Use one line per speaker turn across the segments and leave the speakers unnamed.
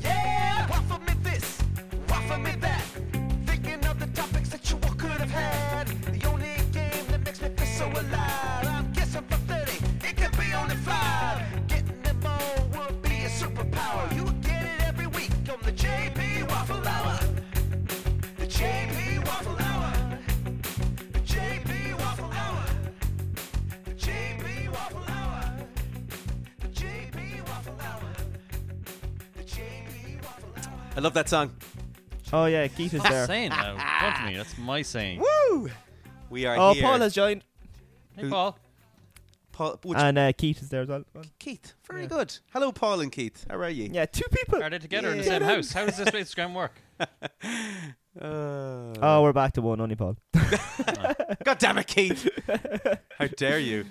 Yeah, waffle me this, waffle me that. Thinking of the topics that you all could have had. The only game that makes me feel so alive. I'm guessing for 30, it could be only five. Getting them all would be a superpower. You get it every week on the JB Waffle Hour. The JB Waffle Hour. The JB Waffle Hour. The JB Waffle Hour. The JB Waffle Hour. The JB Waffle Hour.
I love that song.
Oh yeah, Keith is
That's
there.
saying though. Don't me. That's my saying.
Woo! We are
Oh,
here.
Paul has joined,
Hey,
Who-
Paul.
Paul- which-
and uh, Keith is there as well.
Keith. Very good. Hello, Paul and Keith. How are you?
Yeah, two people.
Are they together in the
Yeah.
same house? How does this Instagram work?
Uh,
Oh, we're back to one, only Paul.
God damn it, Keith! How dare you?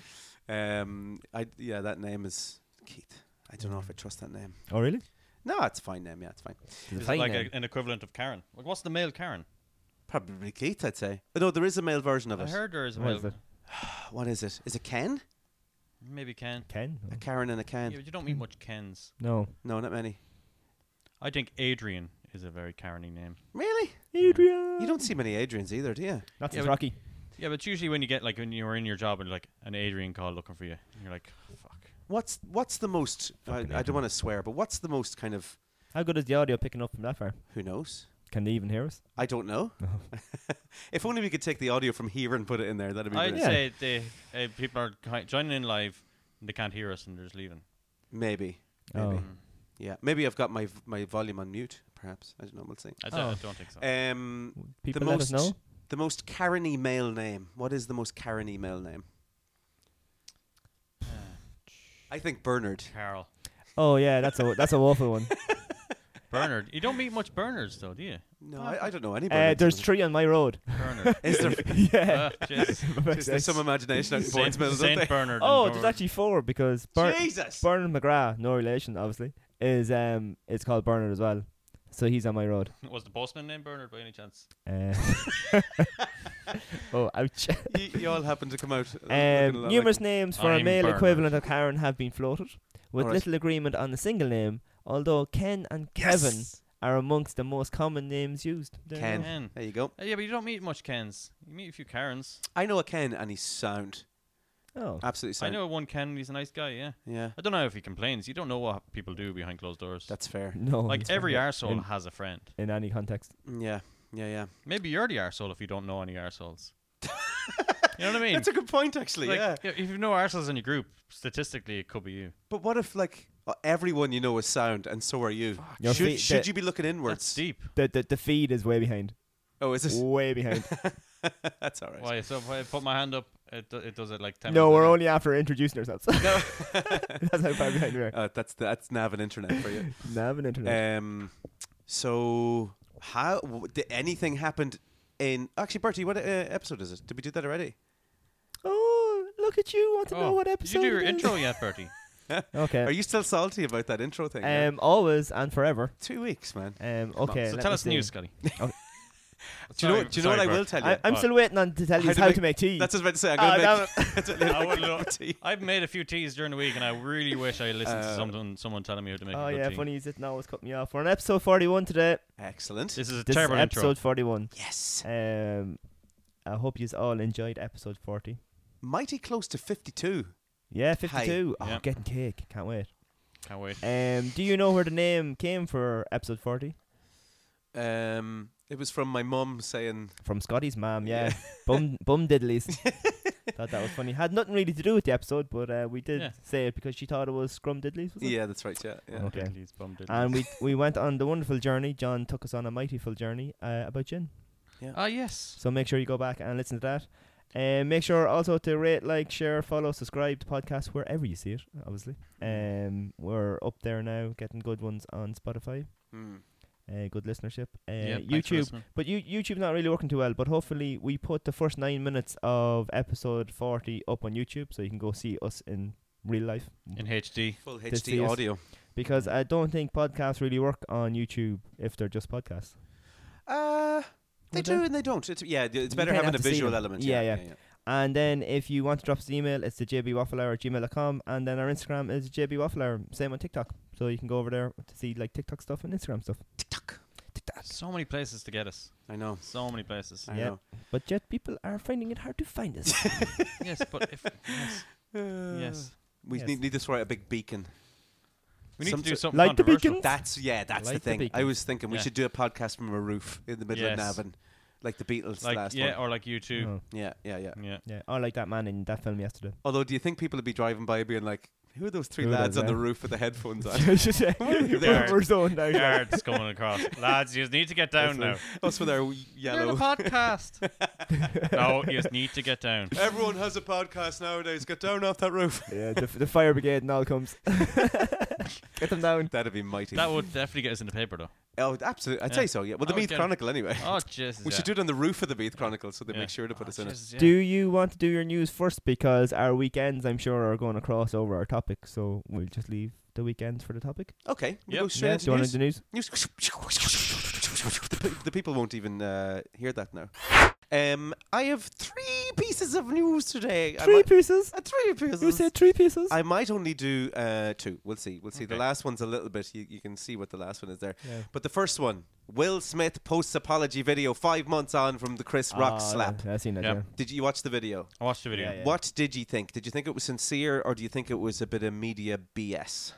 Um, I yeah, that name is Keith. I don't know if I trust that name.
Oh really?
No, it's a fine name. Yeah, it's fine.
Is it like a, an equivalent of Karen? Like, what's the male Karen?
Probably Keith, I'd say. Oh, no, there is a male version of
I
it.
heard there is a
What is
male.
it?
What is it? Is it Ken?
Maybe Ken.
Ken?
A Karen and a Ken?
Yeah, but you don't meet much Kens.
No.
No, not many.
I think Adrian is a very Kareny name.
Really?
Adrian.
You don't see many Adrians either, do you?
That's
Yeah,
his
but-
Rocky.
Yeah, but usually when you get like when you're in your job and like an Adrian call looking for you, and you're like, fuck.
What's What's the most? I, I don't want to swear, but what's the most kind of?
How good is the audio picking up from that far?
Who knows?
Can they even hear us?
I don't know.
Oh.
if only we could take the audio from here and put it in there, that'd be
I'd
brilliant.
say the uh, people are ki- joining in live and they can't hear us and they're just leaving.
Maybe. Maybe.
Oh.
Yeah. Maybe I've got my v- my volume on mute. Perhaps I don't know. We'll see.
I, don't, I don't think so.
Um,
People
the
let
most
us know.
the most Kareny male name. What is the most Kareny male name? I think Bernard.
Carl.
Oh yeah, that's a that's a awful one. Uh,
Bernard. You don't meet much Bernards though, do you?
No, I, I don't know any.
Uh,
Bernards.
there's three on my road.
Bernard.
Is there,
yeah.
Ah, jeez.
is there some imagination out in
Saint,
Portsmouth? isn't
Saint
there?
Bernard. and
oh, there's
Bernard.
actually four because Ber-
Jesus.
Bernard McGrath, no relation, obviously, is um it's called Bernard as well, so he's on my road.
was the postman named Bernard by any chance?
Uh, oh, ouch.
you, you all happen to come out. uh, looking a
Um,
lot
numerous
like-
names for a
I'm
male
Bernard.
equivalent of Karen have been floated, with
Alright.
little agreement on the single name. Although Ken and Kevin
Yes.
are amongst the most common names used. There you
Ken.
go.
Ken.
There you go.
Uh, yeah, but you don't meet much Kens. You meet a few Karens.
I know a Ken, and he's sound.
Oh,
Absolutely
I
sound.
know one Ken. He's a nice guy. Yeah.
Yeah,
I don't know if he complains. You don't know what people do behind closed doors.
that's fair.
no.
like
it's
every
fine.
arsehole
in,
has a friend.
in any context.
Mm, Yeah, yeah, yeah.
Maybe you're the arsehole if you don't know any arseholes. you know what I mean?
That's a good point, actually.
Like,
yeah.
If you know arseholes in your group, statistically, it could be you.
But what if like uh, everyone you know is sound, and so are you?
Your
Should,
feet-
should
the-
you be looking
That's
inwards?
deep.
The, the the feed is way behind.
Oh, is it?
Way behind.
That's all right.
Why? So if I put my hand up, it, do, it does it like 10
no,
minutes
we're
later.
only after introducing ourselves. That's how far behind we are.
Uh, that's that's nav and internet for you.
Nav and internet.
um, so how w- did anything happened in? Actually, Bertie, what uh, episode is it? Did we do that already?
oh,
Uh,
look at you! Want to know
Oh,
what
Did
episode?
you do your
it is.
intro yet, Bertie?
Okay.
Are you still salty about that intro thing? yeah?
um, always and forever.
Two weeks, man.
Um, okay.
so
let
tell
me
us the news,
see.
Scotty.
Oh.
Do you know? Do you know what I will tell you?
I, I'm still waiting on to tell you how, to make tea.
That's what I was about to say. I'm
Ah,
going
damn
to
it.
make. that's what I'm gonna
I would
make a
love-
cup of tea.
I've made a few teas during the week, and I really wish I listened to someone someone telling me how to make
Uh, Oh
a good
yeah,
tea.
funny is it now? It's cut me off. We're on episode 41 today.
Excellent.
This is a
This is
terrible
episode
intro.
41.
Yes.
Um, I hope you all enjoyed episode 40.
mighty close to 52.
Yeah, 52. Oh,
Yeah.
getting cake. Can't wait.
Can't wait.
Um, do you know where the name came for episode 40?
Um, it was from my mum saying,
From Scotty's mom, yeah. bum, bum diddlies. thought that was funny. Had nothing really to do with the episode, but uh, we did
Yeah.
say it because she thought it was scrum diddlies, was it?
"Yeah, that's right, yeah, yeah."
Okay.
Diddly's bum diddly.
And we we went on the wonderful journey. John took us on a mighty full journey uh, about gin.
Ah, yes.
So make sure you go back and listen to that. And make sure also to rate, like, share, follow, subscribe to podcast wherever you see it, obviously.
Mm-hmm.
Um, we're up there now, getting good ones on Spotify.
Hmm.
Uh, good listenership. Uh,
Yeah, thanks for
YouTube.
listening.
But you, YouTube's not really working too well. But hopefully, we put the first nine minutes of episode 40 up on YouTube so you can go see us in real life.
In HD.
Full
This
HD
is-
audio.
Because I don't think podcasts really work on YouTube if they're just podcasts.
Uh, they
Would they?
do and they don't. It's, yeah, th- it's
You
better
kinda
having
have
a
to see
visual
them.
element.
Yeah,
Yeah,
yeah. And then if you want to drop us an email, it's the jbwafflehour at gmail.com. And then our Instagram is jbwafflehour. Same on TikTok. So you can go over there to see like TikTok stuff and Instagram stuff.
Tick-tock.
So many places to get us.
I know.
So many places.
I
Yeah.
know.
But yet people are finding it hard to find us.
yes, but if yes, yes.
We
Uh, Yes.
Need, need to throw out a big beacon.
we need
Some
to do
sort-
something
Like the
controversial.
beacons?
That's yeah. That's
Like the
the thing. I
beacon.
was thinking we
Yeah.
should do a podcast from a roof in the middle
Yes.
of Navan, like the Beatles
like
last
yeah,
one.
or like you two.
Oh,
Yeah, yeah, yeah.
Yeah.
yeah. I like that man in that film yesterday.
Although, do you think people would be driving by being like, "Who are those three
Who are
lads
those,
on the
eh?"
roof with the headphones on?"
we're,
There.
we're zoned out.
Guards coming across. Lads, you just need to get down now.
Us with our yellow.
podcast. no, you just need to get down.
Everyone has a podcast nowadays. Get down off that roof.
Yeah, the, the fire brigade and all comes. Get them down.
That'd be mighty.
That would definitely get us in the paper, though.
oh, absolutely. I'd say so. Yeah. Well, the
I would
Meath
get it.
Chronicle, anyway.
Oh, Jesus.
we should do it on the roof of the Meath Chronicle, so they
Yeah.
make sure to
Oh,
put us in it.
Do you want to do your news first? Because our weekends, I'm sure, are going to cross over our topic. So we'll just leave the weekends for the topic.
Okay. We'll
Yep.
go straight
yeah,
into
do you want
news.
to do news?
News. The, pe- the people won't even uh, hear that now. Um, I have three pieces of news today. I
Three
might,
pieces.
uh, three pieces.
You said three pieces.
I might only do uh, two. We'll see. We'll see. The
Okay.
last one's a little bit. You, you can see what the last one is there.
Yeah.
But the first one: Will Smith posts apology video five months on from the Chris Rock slap.
I've seen that.
Yeah.
Ah, Yeah.
Did you watch the video?
I watched the video.
Yeah.
What did you think? Did you think it was sincere, or do you think it was a bit of media BS?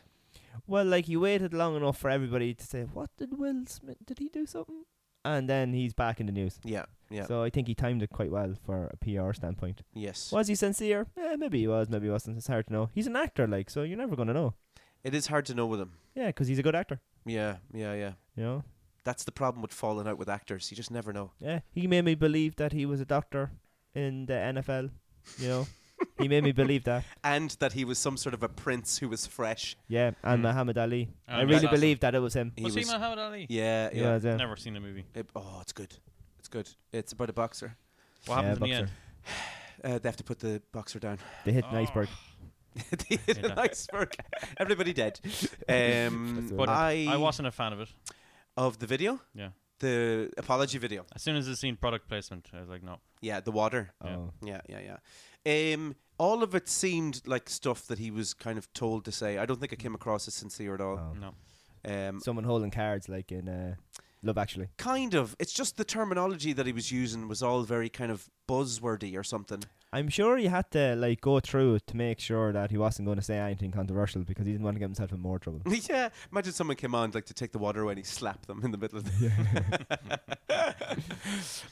Well, like you waited long enough for everybody to say, "What did Will Smith? Did he do something?" And then he's back in the news.
Yeah. Yeah.
So I think he timed it quite well for a PR standpoint.
yes.
Was he sincere? Eh, maybe he was, maybe he wasn't. It's hard to know. He's an actor, like, so you're never going to know.
It is hard to know with him.
Yeah, 'cause he's a good actor,
Yeah. Yeah. Yeah.
you know?
That's the problem with falling out with actors. You just never know.
Yeah, he made me believe that he was a doctor in the NFL, you know? Oh. he made me believe that.
And that he was some sort of a prince who was fresh.
Yeah, and
Hmm.
Muhammad Ali.
Oh,
I
yeah.
really
Assassin.
believed that it was him.
He
Was he
was-
Muhammad Ali?
yeah,
He
yeah.
was, yeah.
Never seen the movie.
It- oh, it's good. It's good. It's about a boxer.
What happened
Yeah,
in the end?
boxer.
Uh, they have to put the boxer down.
They hit
Oh.
an iceberg.
They hit an
Yeah.
iceberg. Everybody dead. Um,
That's the
But
I,
I wasn't a fan of it.
of the video,
Yeah.
the apology video.
As soon as I seen product placement, I was like, no.
Yeah, the water.
Yeah.
Oh.
Yeah, yeah, yeah. Um, all of it seemed like stuff that he was kind of told to say. I don't think it came across as sincere at all.
Oh.
No.
Um,
Someone holding cards, like in uh, Love Actually.
kind of. It's just the terminology that he was using was all very kind of buzzwordy or something.
I'm sure he had to, like, go through it to make sure that he wasn't going to say anything controversial because he didn't want to get himself in more trouble.
yeah, imagine someone came on like to take the water away and he slapped them in the middle of the.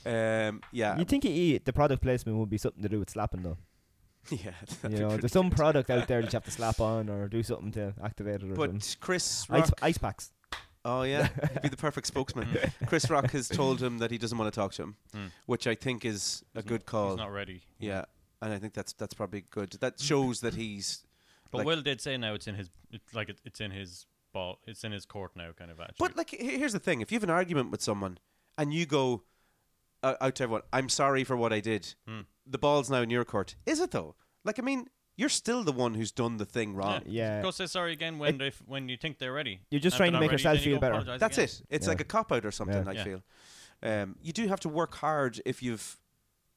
um, yeah,
You'd think he, the product placement would be something to do with slapping, though.
yeah. that'd
you
be
know, there's
pretty
some
good.
product out there that you have to slap on or do something to activate it or something.
But Chris Rock,
Ice, ice packs.
oh yeah, he'd be the perfect spokesman. Chris Rock has told him that he doesn't want to talk to him,
Mm.
which I think is a
He's
good
not-
call.
He's not ready.
yeah, and I think that's that's probably good. That shows that he's.
But
Like-
Will did say now it's in his it's like it, it's in his ball it's in his court now kind of actually.
But like, he- here's the thing: if you have an argument with someone and you go uh, out to everyone, "I'm sorry for what I did," the ball's now in your court. Is it though? Like, I mean, you're still the one who's done the thing wrong.
Yeah.
Go say sorry again when they f- when you think they're ready.
You're just
And if
trying
they're
to make
not ready,
yourself
then you
feel
go
better.
apologise
That's
again.
it. It's
Yeah.
like a cop out or something.
Yeah.
I
Yeah.
feel. Um, you do have to work hard if you've.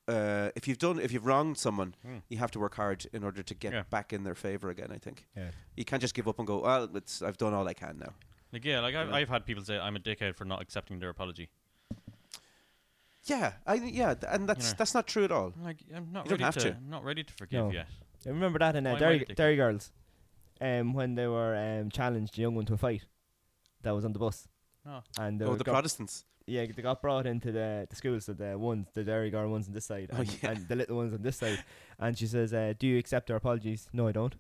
Uh, if you've done, if you've wronged someone, you have to work hard in order to get
Yeah.
back in their favor again. I think
Yeah.
you can't just give up and go. Well, it's, I've done all I can now.
Like yeah, like I've, I've had people say I'm a dickhead for not accepting their apology.
Yeah, I, yeah, th- and that's
know.
that's not true at all.
Like I'm not
You don't
ready
have
to,
to.
I'm not ready to forgive
No.
yet.
I remember that in uh,
Why am I
Dairy,
ridiculous?
Dairy Girls, um, when they were um, challenged the young one to a fight, that was on the bus,
Oh.
and they
Oh,
were
the
got,
Protestants.
yeah, they got brought into the, the schools, so the ones, the Dairy Girl ones on this side,
Oh,
and,
yeah.
and the little ones on this side, and she says, uh, "Do you accept our apologies?" No, I don't.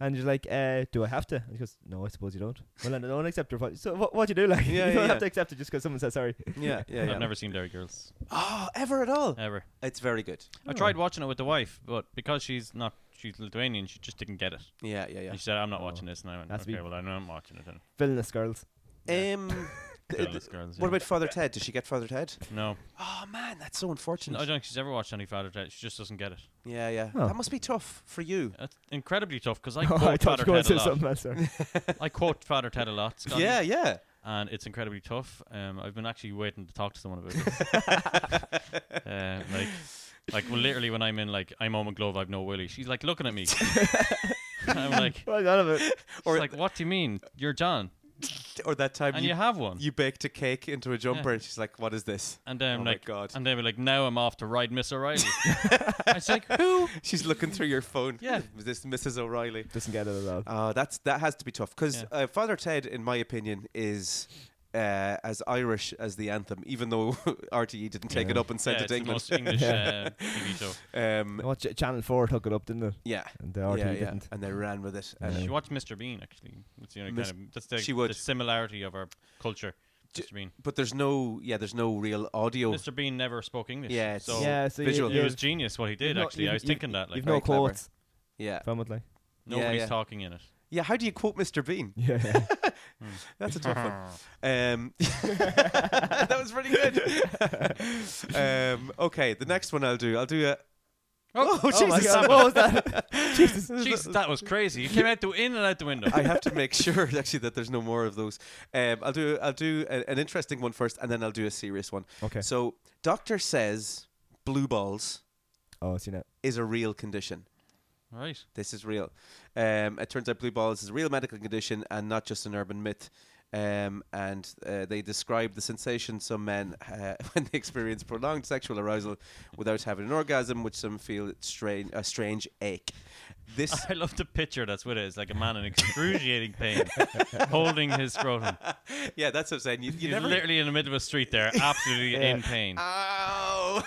and she's like, uh, "Do I have to?" And she goes, "No, I suppose you don't." Well, then I don't accept your apologies. So what, what do you do? Like,
Yeah,
you
yeah,
don't
yeah.
have to accept it just because someone says sorry.
Yeah, yeah, yeah.
I've never seen Dairy Girls
Oh, ever at all?
ever.
It's very good.
I tried watching it with the wife, but because she's not she's Lithuanian, she just didn't get it.
Yeah, yeah, yeah.
And she said, "I'm not watching this," and I went,
Oh. That's
"Okay,
me.
well, I know I'm watching it." Then.
Villainous girls.
Um, th-
Fearless
th-
Girls, yeah.
what about Father Ted? Did she get Father Ted?
No,
Oh man, that's so
She- I
unfortunate.
don't think she's ever watched any Father Ted. She just doesn't get it.
Yeah, yeah.
Oh.
That must be tough for you.
That's incredibly tough because I
Oh,
quote
I thought
Father
you were going
Ted
to
a
say
lot.
something else. sorry.
I quote Father Ted a lot. Scotty,
Yeah, yeah.
and it's incredibly tough. Um, I've been actually waiting to talk to someone about this. uh, like, like well, literally when I'm in like I'm on my glove, I've no willy. She's like looking at me. I'm like,
Well, none of it.
or like, what do you mean? You're John,
Or that time
and
you,
you have one.
you baked a cake into a jumper, and she's like, "What is this?"
and then
oh my
like,
God.
and they were like, now I'm off to ride Miss O'Reilly. I was like, who?
She's looking through your phone.
Yeah.
Is this Mrs. O'Reilly?
Doesn't get it at all.
Uh, that's that has to be tough because
Yeah.
uh, Father Ted, in my opinion, is. Uh, as Irish as the anthem, even though RTE didn't take it up and sent
yeah,
it
it's
to
the
England.
most English uh, TV show.
Um,
What Ch- Channel Four took it up, didn't it?
yeah,
And the RT
yeah, yeah.
didn't.
and they ran with it. And
She watched Mr. Bean actually. That's the only
Mis-
kind of that's the,
Um, she would.
the similarity of our culture. Mr. Bean.
But there's no, yeah, there's no real audio.
Mr. Bean never spoke English.
Oh. Yeah, it's-
so
Yeah, so you-
visual.
it
you-
was genius what he did.
no-
actually,
you've-
I was
you've-
thinking that like
You've no
Very clever.
quotes,
Yeah,
from it, like.
nobody's
yeah.
talking in it.
yeah. How do you quote Mr. Bean?
Yeah, yeah.
That's a tough one. Um, that was pretty good. um, okay, the next one I'll do. I'll do a. Oh, Jesus!
my God, what was that? Jesus.
Jeez, that was crazy. You came out the in and out the window.
I have to make sure actually that there's no more of those. Um, I'll do I'll do a, an interesting one first, and then I'll do a serious one.
Okay.
So, doctor says blue balls
Oh, I've seen it.
is a real condition.
right.
This is real. Um, it turns out blue balls is a real medical condition and not just an urban myth. Um, and uh, they describe the sensation some men uh, when they experience prolonged sexual arousal without having an orgasm, which some feel it's strange, a strange ache. This
I love the picture that's with it. It's like a man in excruciating pain holding his scrotum.
yeah, that's what I'm saying. You, you
He's
never. Ah.
literally in the middle of a street there, absolutely in pain.
Ow!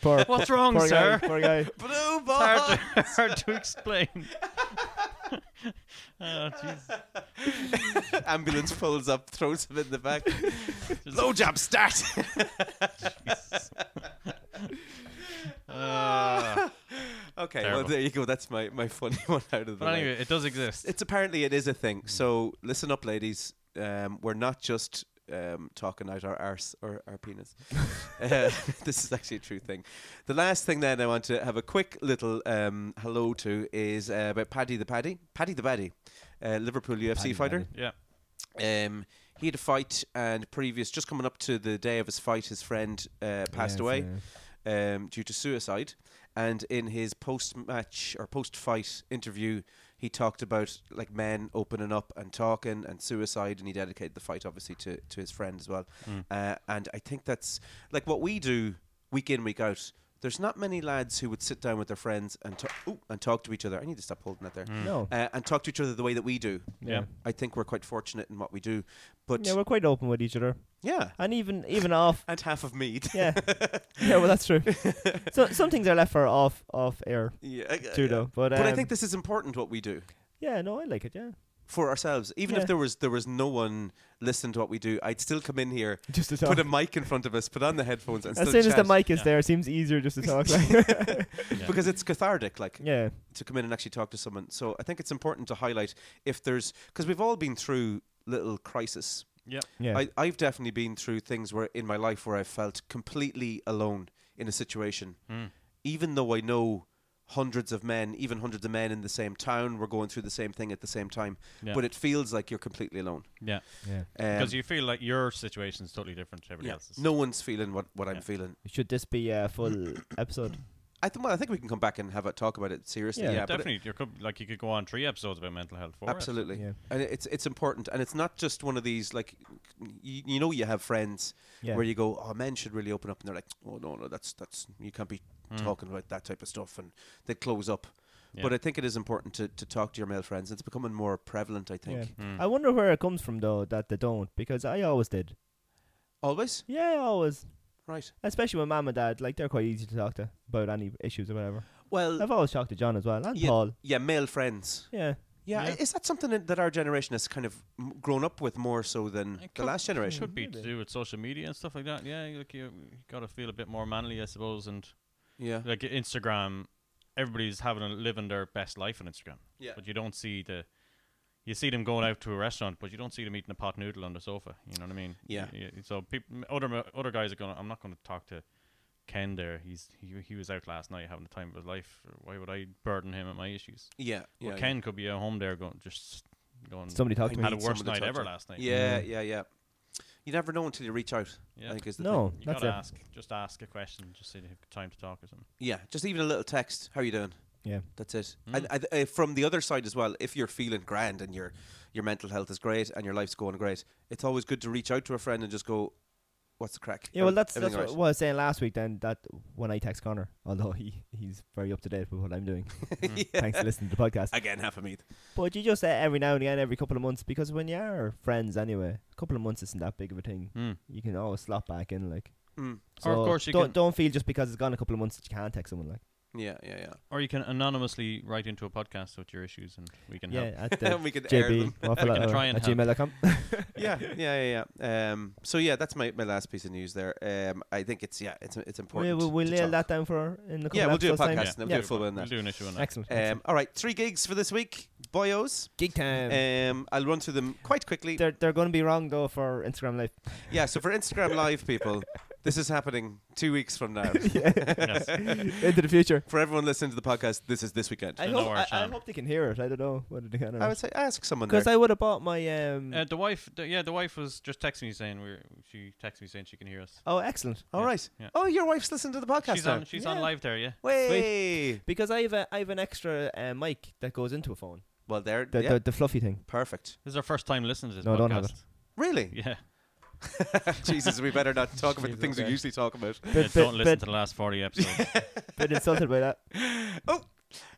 Poor,
What's wrong,
poor
sir?
Guy, poor guy.
blue
Hard
balls.
to, hard to explain. oh, jeez.
Ambulance pulls up, throws him in the back. Low job start.
Uh,
okay, well
Terrible.
there you go. That's my, my funny one out of the
but
way.
anyway, it does exist.
it's apparently it is a thing. So listen up, ladies. Um, we're not just um, talking out our arse or our penis. uh, this is actually a true thing. The last thing that I want to have a quick little um, hello to is uh, about Paddy the Paddy, Paddy the Paddy, uh, Liverpool UFC fighter.
yeah.
Um, he had a fight, and previous, just coming up to the day of his fight, his friend uh, passed
Yeah,
away
it's, uh,
um, due to suicide. And in his post-match or post-fight interview, he talked about like men opening up and talking and suicide, and he dedicated the fight obviously to to his friend as well.
Hmm.
Uh, and I think that's like what we do week in week out. There's not many lads who would sit down with their friends and ta- ooh, and talk to each other. I need to stop holding that there.
No.
Uh, and talk to each other the way that we do.
Yeah.
I think we're quite fortunate in what we do, but
Yeah,
yeah,
we're quite open with each other, and even even off.
and half of me.
Yeah, yeah. Well, that's true. So some things are left for off off air
yeah, I-
too, though. But,
But I
um,
think this is important what we do
yeah, no, I like it. Yeah,
for ourselves. Even
Yeah.
if there was there was no one listening to what we do, I'd still come in here,
just to talk.
put a mic in front of us, put on the headphones, and
as
still
soon as the
chat.
mic is
Yeah.
there, it seems easier just to talk. Like.
because it's cathartic, like
yeah,
to come in and actually talk to someone. So I think it's important to highlight if there's because we've all been through little crisis.
Yeah.
yeah.
I, I've definitely been through things where in my life where I felt completely alone in a situation,
Hmm.
even though I know hundreds of men, even hundreds of men in the same town, were going through the same thing at the same time.
Yeah.
But it feels like you're completely alone.
Yeah.
yeah.
Um,
Because you feel like your situation is totally different to everybody
yeah,
else's.
no one's feeling what, what I'm
Yeah.
feeling.
Should this be a full episode?
I think. Well, I think we can come back and have a talk about it seriously.
Yeah,
Yeah, but it-
Definitely, you could like you could go on three episodes about mental health. Four episodes.
Absolutely,
Yeah.
and it's it's important, and it's not just one of these like you, you know you have friends
Yeah.
where you go, oh, men should really open up, and they're like, oh no, no, that's that's you can't be talking about that type of stuff, and they close up.
Mm. Yeah.
But I think it is important to, to talk to your male friends. It's becoming more prevalent, I think.
Yeah.
Mm.
I wonder where it comes from though that they don't because I always did.
Always
Yeah, I always.
right.
Especially with mum and dad, like they're quite easy to talk to about any issues or whatever.
Well,
I've always talked to John as well and
yeah,
Paul.
yeah, male friends.
Yeah,
Yeah,
Yeah.
i- is that something that that our generation has kind of m- grown up with more so than
It
the
could-
last generation?
Should be to do with social media and stuff like that. Yeah, you- like you, you got to feel a bit more manly, I suppose. And
Yeah,
like Instagram, everybody's having a, living their best life on Instagram.
Yeah.
But you don't see the, you see them going out to a restaurant, but you don't see them eating a pot noodle on the sofa. You know what I mean?
Yeah.
Y- y- so people, other ma- other guys are going. to I'm not going to talk to Ken there. He's he, he was out last night having the time of his life. Why would I burden him at my issues?
yeah, yeah.
well,
yeah.
Ken could be at home there going just going.
somebody
I
talked to me.
had a
need
worst
someone to
night
talk
ever
to.
last night.
Yeah, yeah, yeah. You never know until you reach out.
Yeah.
I think is the
No,
thing.
You
that's
gotta
it.
ask. Just ask a question. Just say they have time to talk or something.
Yeah, just even a little text. How are you doing?
Yeah,
That's it.
Hmm.
And I, th- uh, from the other side as well, if you're feeling grand and your your mental health is great and your life's going great, it's always good to reach out to a friend and just go, "What's the crack?"
yeah. Well,
Everyth-
that's that's
everything
what,
all
what I was saying last week. Then that when I text Connor, although he he's very up to date with what I'm doing.
right?" Yeah.
Thanks for listening to the podcast.
Again, half a meat.
But you just say every now and again, every couple of months, because when you are friends anyway, a couple of months isn't that big of a thing.
Hmm.
Mm.
You can always slot back in, like.
Mm.
Or of course you
don't
can-
don't feel just because it's gone a couple of months that you can't text someone like.
Yeah, yeah,
Or you can anonymously write into a podcast with your issues, and we can help.
Yeah, at
yeah.
the
we could air
JB
them.
waffle
We can
at-
try and
at
help.
gmail.com.
yeah, yeah, yeah, yeah. Um, so yeah, that's my, my last piece of news there. Um, I think it's yeah, it's it's
we
important.
will we'll
to
nail
talk.
that down for in the couple
Yeah, we'll do a
episodes time.
podcast and we'll
Yeah.
do a full one on
We'll
that.
do an issue on that.
Excellent.
Um,
excellent.
all right, three gigs for this week, boyos.
Gig time.
Um, I'll run through them quite quickly.
they're they're going to be wrong though for Instagram Live.
Yeah, so for Instagram Live people, this is happening two weeks from now.
Yes.
Into the future.
For everyone listening to the podcast, this is this weekend.
I
know
hope,
our
I, I
channel.
hope they can hear it. I don't know whether they can or
I would
not.
say ask someone there.
Because I would have bought my. Um,
Uh, the wife, the, yeah, the wife was just texting me saying we're. She texted me saying she can hear us.
oh, excellent.
All
yeah,
right.
yeah.
Oh, your wife's listening to the podcast
she's
now.
on. She's on
Yeah.
live there. Yeah.
Way.
Because I have a I have an extra uh, mic that goes into a phone.
Well, there.
The,
yeah,
the, the fluffy thing.
perfect.
This is our first time listening to this
No,
podcast.
don't have
Really?
Yeah.
Jesus, we better not talk about the
Jesus,
things
okay.
we usually talk about.
Yeah,
Bit,
don't
bit,
listen
bit,
to the last forty episodes.
bit insulted by that.
Oh,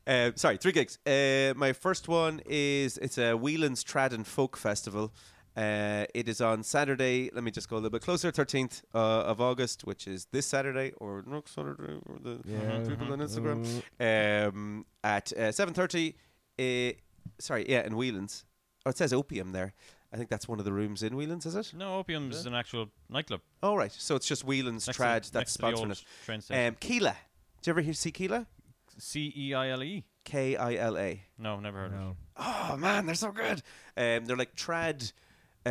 uh, sorry, three gigs. Uh, my first one is it's a Whelan's Trad and Folk Festival. Uh, it is on Saturday. Let me just go a little bit closer. Thirteenth uh, of August, which is this Saturday or next Saturday, or the people on Instagram um, at uh, seven thirty. Uh, sorry, yeah, in Whelan's. Oh, it says opium there. I think that's one of the rooms in Whelan's, is it?
no, Opium's an actual nightclub.
All right, so it's just Whelan's
Next to-
Trad
next
that's
to the
sponsoring
old
it.
train station.
Um, Keela. Do you ever hear see Keela?
C E I L E.
K I L A.
No, never heard of it.
oh man, they're so good. Um, they're like trad.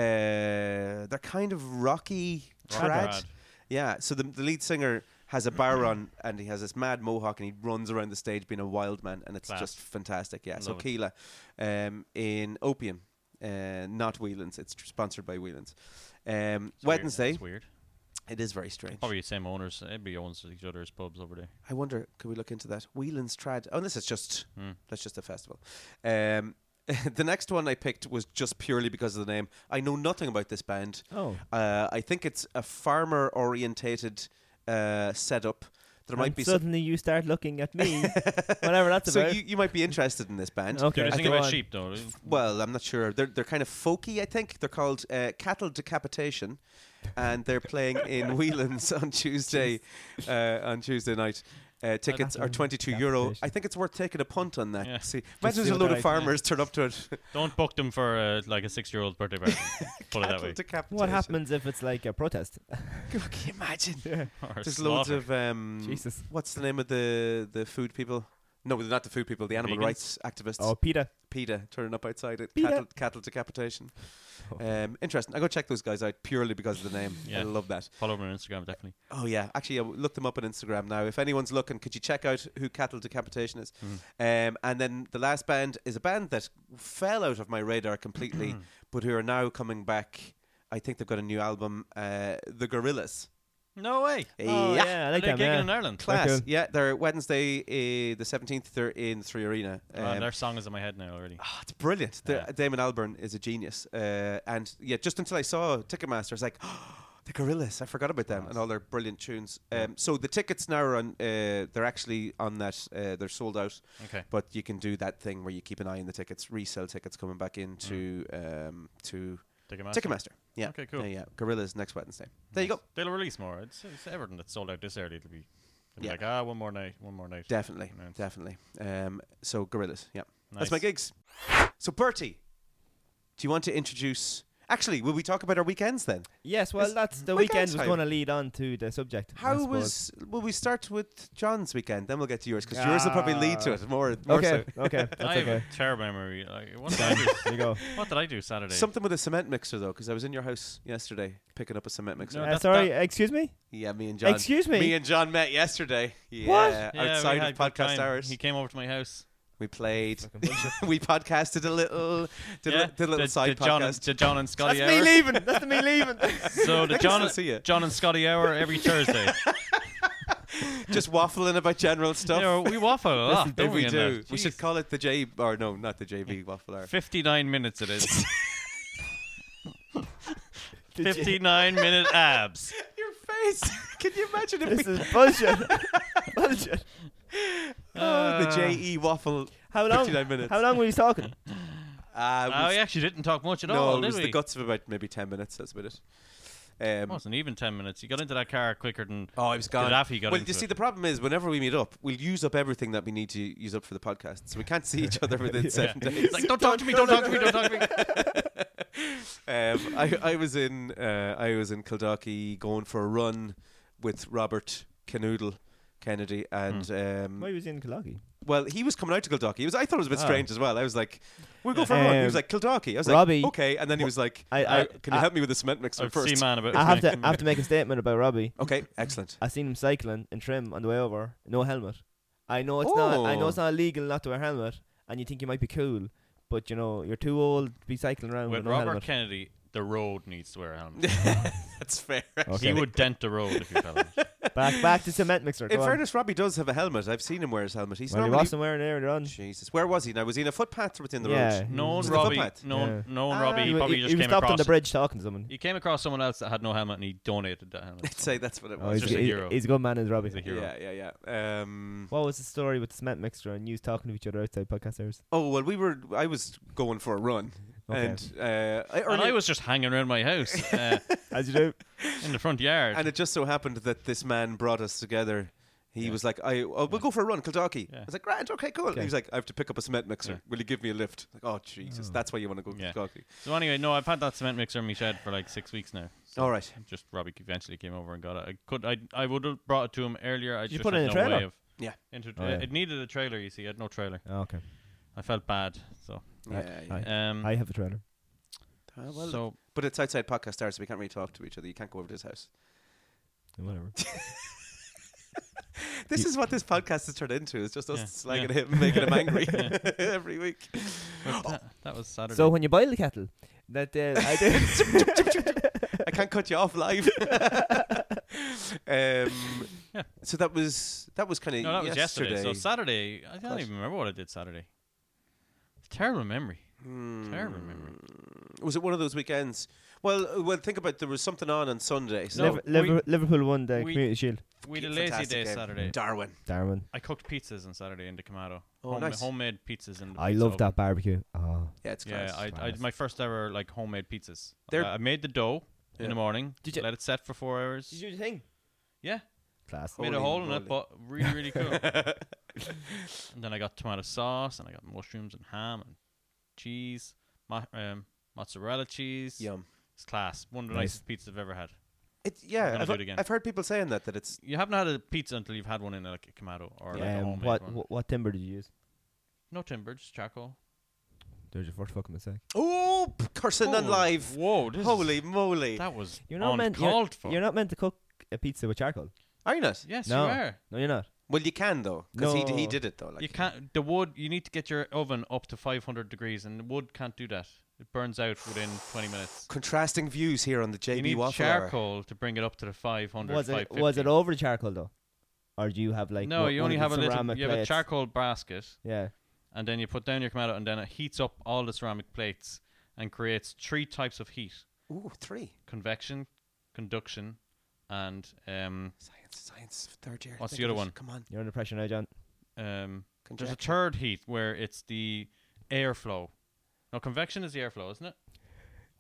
Uh, they're kind of rocky
Rock
trad.
trad.
Yeah. So the, the lead singer has a bar run and he has this mad mohawk and he runs around the stage being a wild man and it's
Class.
just fantastic. Yeah. so
Love it.
Keela, um, in Opium, uh, not Whelan's. It's tr- sponsored by Whelan's. Um,
It's weird-
Wednesday.
It's weird.
It is very strange.
Probably the same owners. Everybody owns each other's pubs over there.
I wonder, could we look into that? Whelan's Trad. Oh, this is just
Hmm.
that's just a festival. Um, the next one I picked was just purely because of the name. I know nothing about this band.
Oh.
uh, I think it's a farmer orientated uh, setup. There might
And
be some.
suddenly you start looking at me. Whatever that's
So
about.
you, you might be interested in this band.
Okay.
Do
I
they sing
go
about
on.
sheep though?
Well, I'm not sure. They're they're kind of folky. I think they're called uh, Cattle Decapitation, and they're playing in Whelan's on Tuesday, uh, on Tuesday night. Uh, tickets are 22 euro. I think it's worth taking a punt on that.
Yeah.
See, imagine
see
there's
what
a load
they're
of
like.
farmers turn up to it.
Don't book them for uh, like a six-year-old birthday party. Put it that
Cattle
way.
Decapitation.
what happens if it's like a protest?
Can you imagine?
Or
There's loads
slaughter.
of um,
Jesus.
What's the name of the the food people? No, they're not the food people. The animal
Vegans?
rights activists.
Oh, Peter.
PETA turning up outside at
PETA.
cattle, cattle decapitation. Um, interesting. I go check those guys out purely because of the name. I
Oh. Yeah.
love that.
Follow them on Instagram, definitely.
Oh yeah, actually, I w- looked them up on Instagram now. If anyone's looking, could you check out who Cattle Decapitation is?
Mm.
Um, and then the last band is a band that fell out of my radar completely, but who are now coming back. I think they've got a new album, uh, The Gorillas.
No way.
Oh, yeah. I
Are
like
they
that.
gigging
yeah.
in Ireland?
Class.
Cool.
Yeah, they're Wednesday uh, the 17th. They're in Three Arena.
Oh,
Um,
their song is in my head now already.
ah, it's brilliant. The,
Yeah.
Damon Albarn is a genius. Uh, and yeah, just until I saw Ticketmaster, I was like, the Gorillas. I forgot about them and all their brilliant tunes. Um, so the tickets now are on, uh, they're actually on that, uh, they're sold out.
Okay.
But you can do that thing where you keep an eye on the tickets, resell tickets coming back into um, to
Mm. Ticketmaster.
Ticketmaster. Yeah.
Okay, cool.
Yeah, yeah. Gorillas next Wednesday. There you go.
They'll release more. It's, it's everything that's sold out this early. It'll be, it'll be
Yeah.
like, ah, one more night, one more night.
Definitely,
Yeah.
definitely. Um, so gorillas, yeah. That's my
Nice.
gigs. So Bertie, do you want to introduce? Actually, will we talk about our weekends then?
Yes, well,
It's
that's the
weekend
weekend was
time.
going to lead on to the subject. I
How
suppose.
was? Will we start with John's weekend? Then we'll get to yours because yours will probably lead to it more. more
Okay, okay, that's
I have
okay.
a terrible memory. Like, what, did I do?
There you go.
what did I do Saturday?
so. Something with a cement mixer though, because I was in your house yesterday picking up a cement mixer.
No,
Uh,
that's-
sorry, excuse me.
Yeah, me and John.
Excuse me?
Me and John met yesterday. Yeah,
Yeah, we
outside
had
of
good
podcast
time.
hours.
He came over to my house.
we played. we podcasted a little. Did,
yeah,
a, did a little
the,
side
the
podcast.
John and, the John and Scotty
That's me
hour.
leaving. That's me leaving.
So the
I can
John,
still see you.
John and Scotty hour every Thursday.
Just waffling about general stuff.
you know, we waffle a lot.
If
don't
we
in
do,
that?
we should
Jeez.
call it the J or no, not the JB waffle hour.
59 minutes it is. 59 minute abs.
Your face! Can you imagine if
this is bullshit. bullshit.
Oh, the
Uh,
E JE waffle?
How long?
59 minutes.
How long were you talking?
Uh,
Oh,
was-
we actually didn't talk much at
no,
all,
it
did
was
we?
the guts of about maybe ten minutes. That's about it.
It
Um,
wasn't even 10 minutes. You got into that car quicker than
oh, I was
than
gone.
Rafi got
well,
into
you
it.
see, the problem is whenever we meet up, we'll use up everything that we need to use up for the podcast, so we can't see each other within seven
Yeah.
days.
like, don't talk to me, don't talk to me, don't talk to me.
um, I, I was in uh, I was in Kildaki going for a run with Robert Canoodle Kennedy and
Hmm.
um,
Why was he in Kilagi?
Well, he was coming out to Kildaki. He was, I thought it was a bit
Ah.
strange as well. I was like, "We'll go for a run." He was
Um,
like, "Kildaki." I was
Robbie-
like, "Okay," and then he was like,
I-
uh,
I-
"Can you
I-
help me with the cement mixer
I've
first?
seen man about
I have to.
his neck.
I have to make a statement about Robbie.
Okay, excellent.
I seen him cycling in trim on the way over, no helmet. I know it's not. I know it's
Oh.
not illegal not to wear a helmet, and you think you might be cool, but you know you're too old to be cycling around with,
With
no
Robert
helmet.
Kennedy, the road needs to wear a helmet.
That's fair."
Okay.
he would dent the road if he fell. on it.
back back to cement mixer.
In
go on.
fairness, Robbie does have a helmet. I've seen him wear his helmet. He's
well, he
normally
was somewhere earlier on.
Jesus. Where was he? Now was he in a footpath within the
Yeah.
road?
No
Was
one
it the
Robbie,
footpath?
no one,
Yeah.
no one
Ah,
Robbie,
He,
he
wa-
probably
he-
just
he was
came
stopped on
across.
the bridge talking to someone.
He came across someone else that had no helmet, and he donated that helmet.
I'd say that's what it
Oh, he's,
was.
just a
he-
hero.
he's a good man, is Robbie.
He's a hero.
Yeah, yeah, yeah. Um,
What was the story with the cement mixer and you talking to each other outside podcasters?
oh well, we were. I was going for a run,
Okay.
and uh, I,
And I
earlier-
was just hanging around my house uh,
As you do.
in the front yard.
And it just so happened that this man brought us together. He was like, "I oh, we'll go for a run, Kildaki." I was like, "Grant, okay, cool." And He was like, "I have to pick up a cement mixer. Will you give me a lift?" Like, oh Jesus, that's why you want to go
Yeah.
to Kildaki.
so anyway, no, I've had that cement mixer in my shed for like six weeks now. So
All right.
Just Robbie eventually came over and got it. I could, I, I would have brought it to him earlier. I
you
just
put it
had
in a
no way
trailer?
of.
Yeah.
Inter-
Oh, yeah.
It needed a trailer. You see, I had no trailer.
Oh, okay.
I felt bad. So,
Yeah, yeah.
Aye.
um,
I have a trailer.
Ah, well,
so
but it's outside podcast hours, so we can't really talk to each other. You can't go over to his house.
Whatever.
This is what this podcast has turned into. It's just us
Yeah.
slagging him, making him angry every week.
but that, that was Saturday.
so when you boil the kettle, that uh, I did.
I can't cut you off live. um,
Yeah.
So that was that was kind of
no, that was yesterday.
yesterday.
So Saturday, I don't
Clash.
even remember what I did Saturday. Terrible memory. Terrible memory.
Hmm. was it one of those weekends? Well, uh, well, think about there was something on on Sunday. So
No,
Liver- Liver- Liverpool won the
we-
Community Shield.
We had a lazy
Fantastic
day
game.
Saturday.
Darwin.
Darwin.
I cooked pizzas on Saturday in the Camaro.
Oh, nice.
Homemade pizzas in. The
I
pizza
love
oven.
that barbecue. Oh.
Yeah, it's
Yeah,
class.
I, I
Class.
my first ever like homemade pizzas.
They're-
Uh, I made the dough in
Yeah.
the morning.
Did you-
let it set for four hours?
do the thing?
yeah,
Class.
made a
Holy
hole in it,
moly.
but really, really cool. and then I got tomato sauce, and I got mushrooms and ham and cheese, ma- um, mozzarella cheese.
Yum.
It's class. One of the
Nice.
nicest pizzas I've ever had.
It, yeah,
gonna
I've,
do it again.
I've heard people saying that that it's
You haven't had a pizza until you've had one in like a Kamado or like a
Um,
homemade
what,
one.
what what timber did you use?
No timber, just charcoal.
There's your first fucking mistake.
oh p- cursing on
Oh,
live.
Whoa, this is-
Holy moly!
That was
You're not meant. You're,
uncalled for.
you're not meant to cook a pizza with charcoal.
Are you not?
Yes,
No.
you are.
No, you're not.
Well, you can though, because he, d- he
No.
did it though. Like
you can't. The wood. You need to get your oven up to 500 degrees, and the wood can't do that. It burns out within 20 minutes.
Contrasting views here on the
you
JB
need
Waffle Hour.
charcoal to bring it up to the 500.
Was it
550.
was it over charcoal though, or do you have like
no,
one-
you
one
only
of the
have a little.
ceramic
You have a
plates?
charcoal basket,
Yeah,
and then you put down your Kamado, and then it heats up all the ceramic plates and creates three types of heat:
Ooh, three.
convection, conduction, and um,
Science, science, third year.
What's
Think
the other
of it.
one?
Come on.
you're under pressure now, John.
um, there's a
Conjection.
third heat where it's the airflow. No, convection is the airflow, isn't it?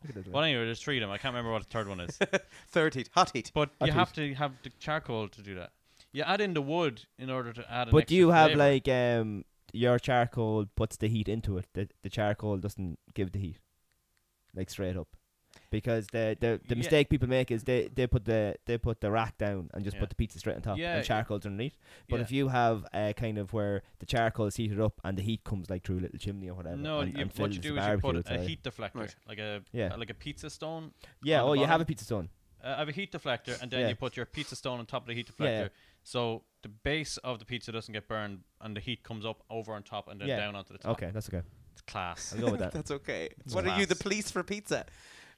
Look at this.
Well, anyway, there's three of them. I can't remember what the third one is.
Third heat, hot heat.
But you
Hot
have to have the charcoal to do that. You add in the wood in order to add. An
But do
extra
you have
flavour.
like um your charcoal puts the heat into it? The the charcoal doesn't give the heat, like straight up, because the the,
Yeah.
the mistake people make is they, they put the they put the rack down and just
Yeah.
put the pizza straight on top
Yeah,
and charcoal's underneath. But
yeah.
if you have a kind of where the charcoal is heated up and the heat comes like through a little chimney or whatever,
No,
and,
you,
and
what you
fills
do
the
is you
barbecue
put a
outside.
heat deflector,
Right.
like a
Yeah.
uh, like a pizza stone.
Yeah,
on the
oh, you have
bottom.
a pizza stone.
Uh, I have a heat deflector, and then
Yeah.
you put your pizza stone on top of the heat deflector.
Yeah, yeah.
So the base of the pizza doesn't get burned, and the heat comes up over on top and then
Yeah.
down onto the top.
Okay, that's okay.
it's class.
I'll go with that.
That's okay. what are you, the
class.
police for pizza?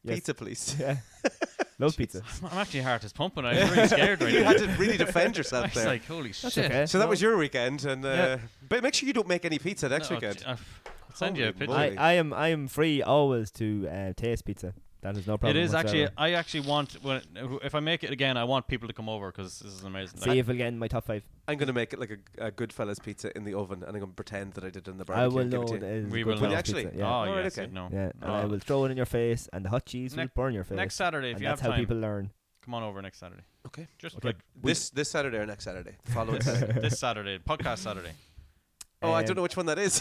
Yes.
Pizza police.
yeah, love pizza.
I'm actually heart is pumping. I'm really scared right
you
now.
had to really defend
I
yourself
was
there.
like, holy
That's
shit.
okay.
so that was your weekend, and uh,
Yeah.
but make sure you don't make any pizza next
No, uh,
weekend.
I- I'll send you a
Holy
picture.
moly.
I, I am I am free always to uh, taste pizza. That is no problem.
It is actually.
whatsoever.
I actually want when if I make it again, I want people to come over because this is amazing.
See if again my top five.
I'm going to make it like a, a Goodfellas pizza in the oven, and I'm going to pretend that I did it in the barbecue.
I will
and give
know
it to you.
that it is
we
good
will
for
Will you
your
know.
actually?
Oh,
pizza, Yeah,
Alright,
yes,
okay.
you'd know.
yeah. And
Oh.
I will throw it in your face, and the hot cheese
Next-
will burn your face.
next Saturday if
and
you have
that's how
time.
people learn.
Come on over next Saturday.
Okay.
Just
Okay.
like
This this Saturday or next Saturday? Following.
this,
Saturday.
this Saturday, podcast Saturday.
oh, I don't
Um,
know which one that is.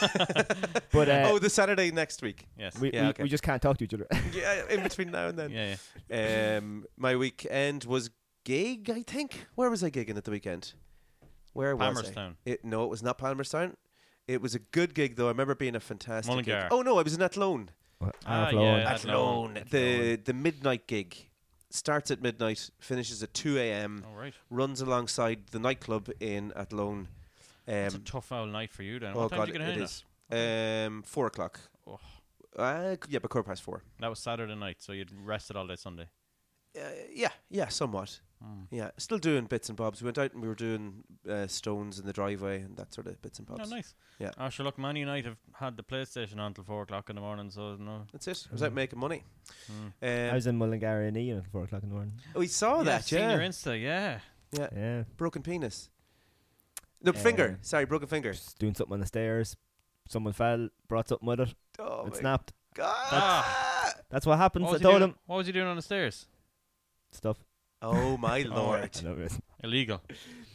But uh,
oh, the Saturday next week.
Yes.
we,
yeah,
we,
okay.
we just can't talk to each other.
Yeah, in between now and then.
yeah, yeah.
Um, my weekend was gig, I think. Where was I gigging at the weekend? Where was
Palmerstown.
I? It, no, it was not Palmerstown. It was a good gig, though. I remember it being a fantastic gig.
Mullingar.
Oh, no, I was in Athlone.
Ah,
Athlone.
yeah. Athlone.
Athlone. The, the midnight gig starts at midnight, finishes at 2 a.m.,
All right.
runs alongside the nightclub in Athlone.
It's a
Um,
tough old night for you then.
oh,
what time
God,
did you get
it
in? at?
is. Um, 4 o'clock.
Oh.
Uh, yeah, but quarter past 4.
That was Saturday night, so you'd rested all day Sunday.
Uh, yeah, yeah, somewhat.
Hmm.
Yeah, still doing bits and bobs. We went out and we were doing uh, stones in the driveway and that sort of bits and
Oh,
bobs.
nice.
Yeah.
Oh, sure, look, Man United have had the PlayStation on till 4 o'clock in the morning, so no.
That's it. I was out
Hmm.
making money.
I
Um,
was in Mullingar in Ian at four o'clock in the morning.
we saw
yeah,
Oh, that,
seen
yeah.
your Insta, yeah.
yeah.
Yeah,
Broken penis. No,
Uh,
finger. Sorry, broken finger.
just doing something on the stairs. Someone fell, brought something with it.
Oh,
it
my
snapped.
God.
Ah.
That's what happens.
What
I
was, you
told
doing-
him
what was you doing on the stairs?
stuff.
Oh, my
Oh,
Lord.
I know it is.
Illegal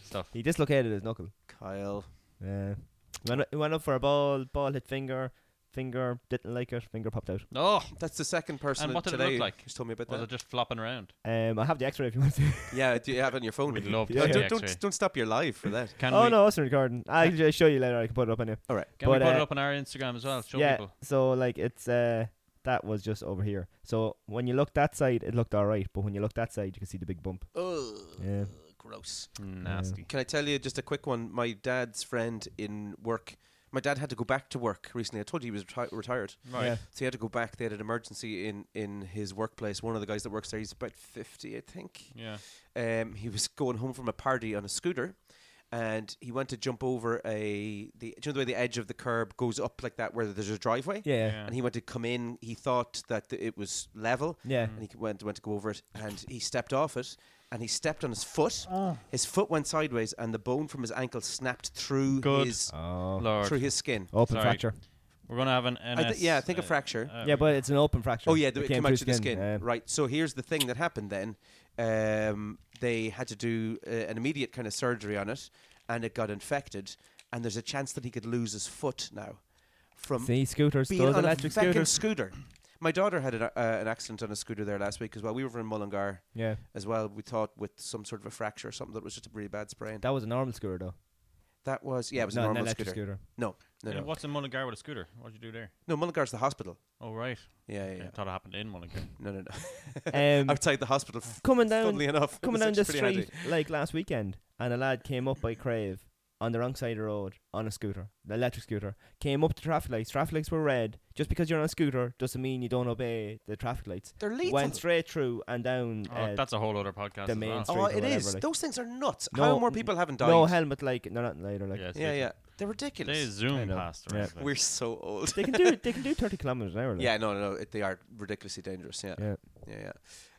stuff.
He dislocated his knuckle.
Kyle.
Yeah. He Eh, went, he went up for a ball, ball hit finger, finger didn't like it, finger popped out.
No.
That's the second person
And what did it
today
look like?
who's told me about
Was it
that.
just flopping around?
Oh,
Um, I have the x ray if you want to.
Yeah, do you have it on your phone?
We'd love to
No,
see
don't,
the
don't,
X-ray.
don't stop your live for that.
Can
oh
we,
no, it's in recording. I'll just show you later. I can put it up on you.
All right.
Can
but,
we put it
uh,
up on our Instagram as well? Show
yeah.
people.
So like it's uh that was just over here. So when you look that side, it looked all right, but when you look that side, you can see the big bump.
Oh,
Yeah.
gross.
Nasty.
Can I tell you just a quick one? My dad's friend in work. My dad had to go back to work recently. I told you he was reti- retired,
Right.
Yeah.
so he had to go back. They had an emergency in in his workplace. One of the guys that works there, he's about fifty, I think.
Yeah.
Um, he was going home from a party on a scooter, and he went to jump over a the do you know the way the edge of the curb goes up like that where there's a driveway.
Yeah. Yeah.
Yeah.
And he went to come in. He thought that th- it was level,
Yeah.
and he went went to go over it, and he stepped off it, and he stepped on his foot. His foot went sideways, and the bone from his ankle snapped through
Good.
his
Oh.
Lord.
through his skin.
Open
Sorry.
fracture.
We're going to have an
I
NS.
thi- yeah, I think a
uh,
fracture.
uh,
Yeah, but it's an open fracture.
oh yeah, the, it came
through
out to the skin.
Yeah.
Right. So here's the thing that happened then. Um, they had to do uh, an immediate kind of surgery on it, and it got infected. And there's a chance that he could lose his foot now from
See scooters,
being
those
on a
electric
fucking
scooters.
scooter. My daughter had an, uh, an accident on a scooter there last week as well. We were in Mullingar
Yeah.
as well. We thought with some sort of a fracture or something that was just a really bad sprain. That,
That was a normal scooter though.
was yeah, it was
Not
a
an
normal
electric
scooter. No, no,
yeah,
no.
What's in Mullingar with a scooter? What'd you do there?
No, Mullingar's the hospital.
Oh, right.
Yeah, yeah,
Yeah.
yeah.
I thought it happened in Mullingar.
No, no, no.
Um,
Outside the hospital.
coming down
Funnily enough, it
coming
was
down the
actually
street
pretty handy.
like last weekend, and a lad came up by Crave on the wrong side of the road on a scooter, the electric scooter, came up to traffic lights. Traffic lights were red. Just because you're on a scooter doesn't mean you don't obey the traffic lights.
They're lethal.
Went straight through and down.
Oh,
uh,
that's a whole other podcast.
the
as
main
well.
street
oh,
or
it
whatever,
is.
like-
Those things are nuts.
no-
How more people haven't died?
No helmet, like no, not later. Like
Yeah, it's
Yeah, yeah.
different.
They're
They
ridiculous.
zoom
I know.
past.
Yeah.
Right?
We're so old.
they can do they can do thirty kilometers an hour. Like.
yeah, no, no, no. It, they are ridiculously dangerous. Yeah.
yeah.
Yeah,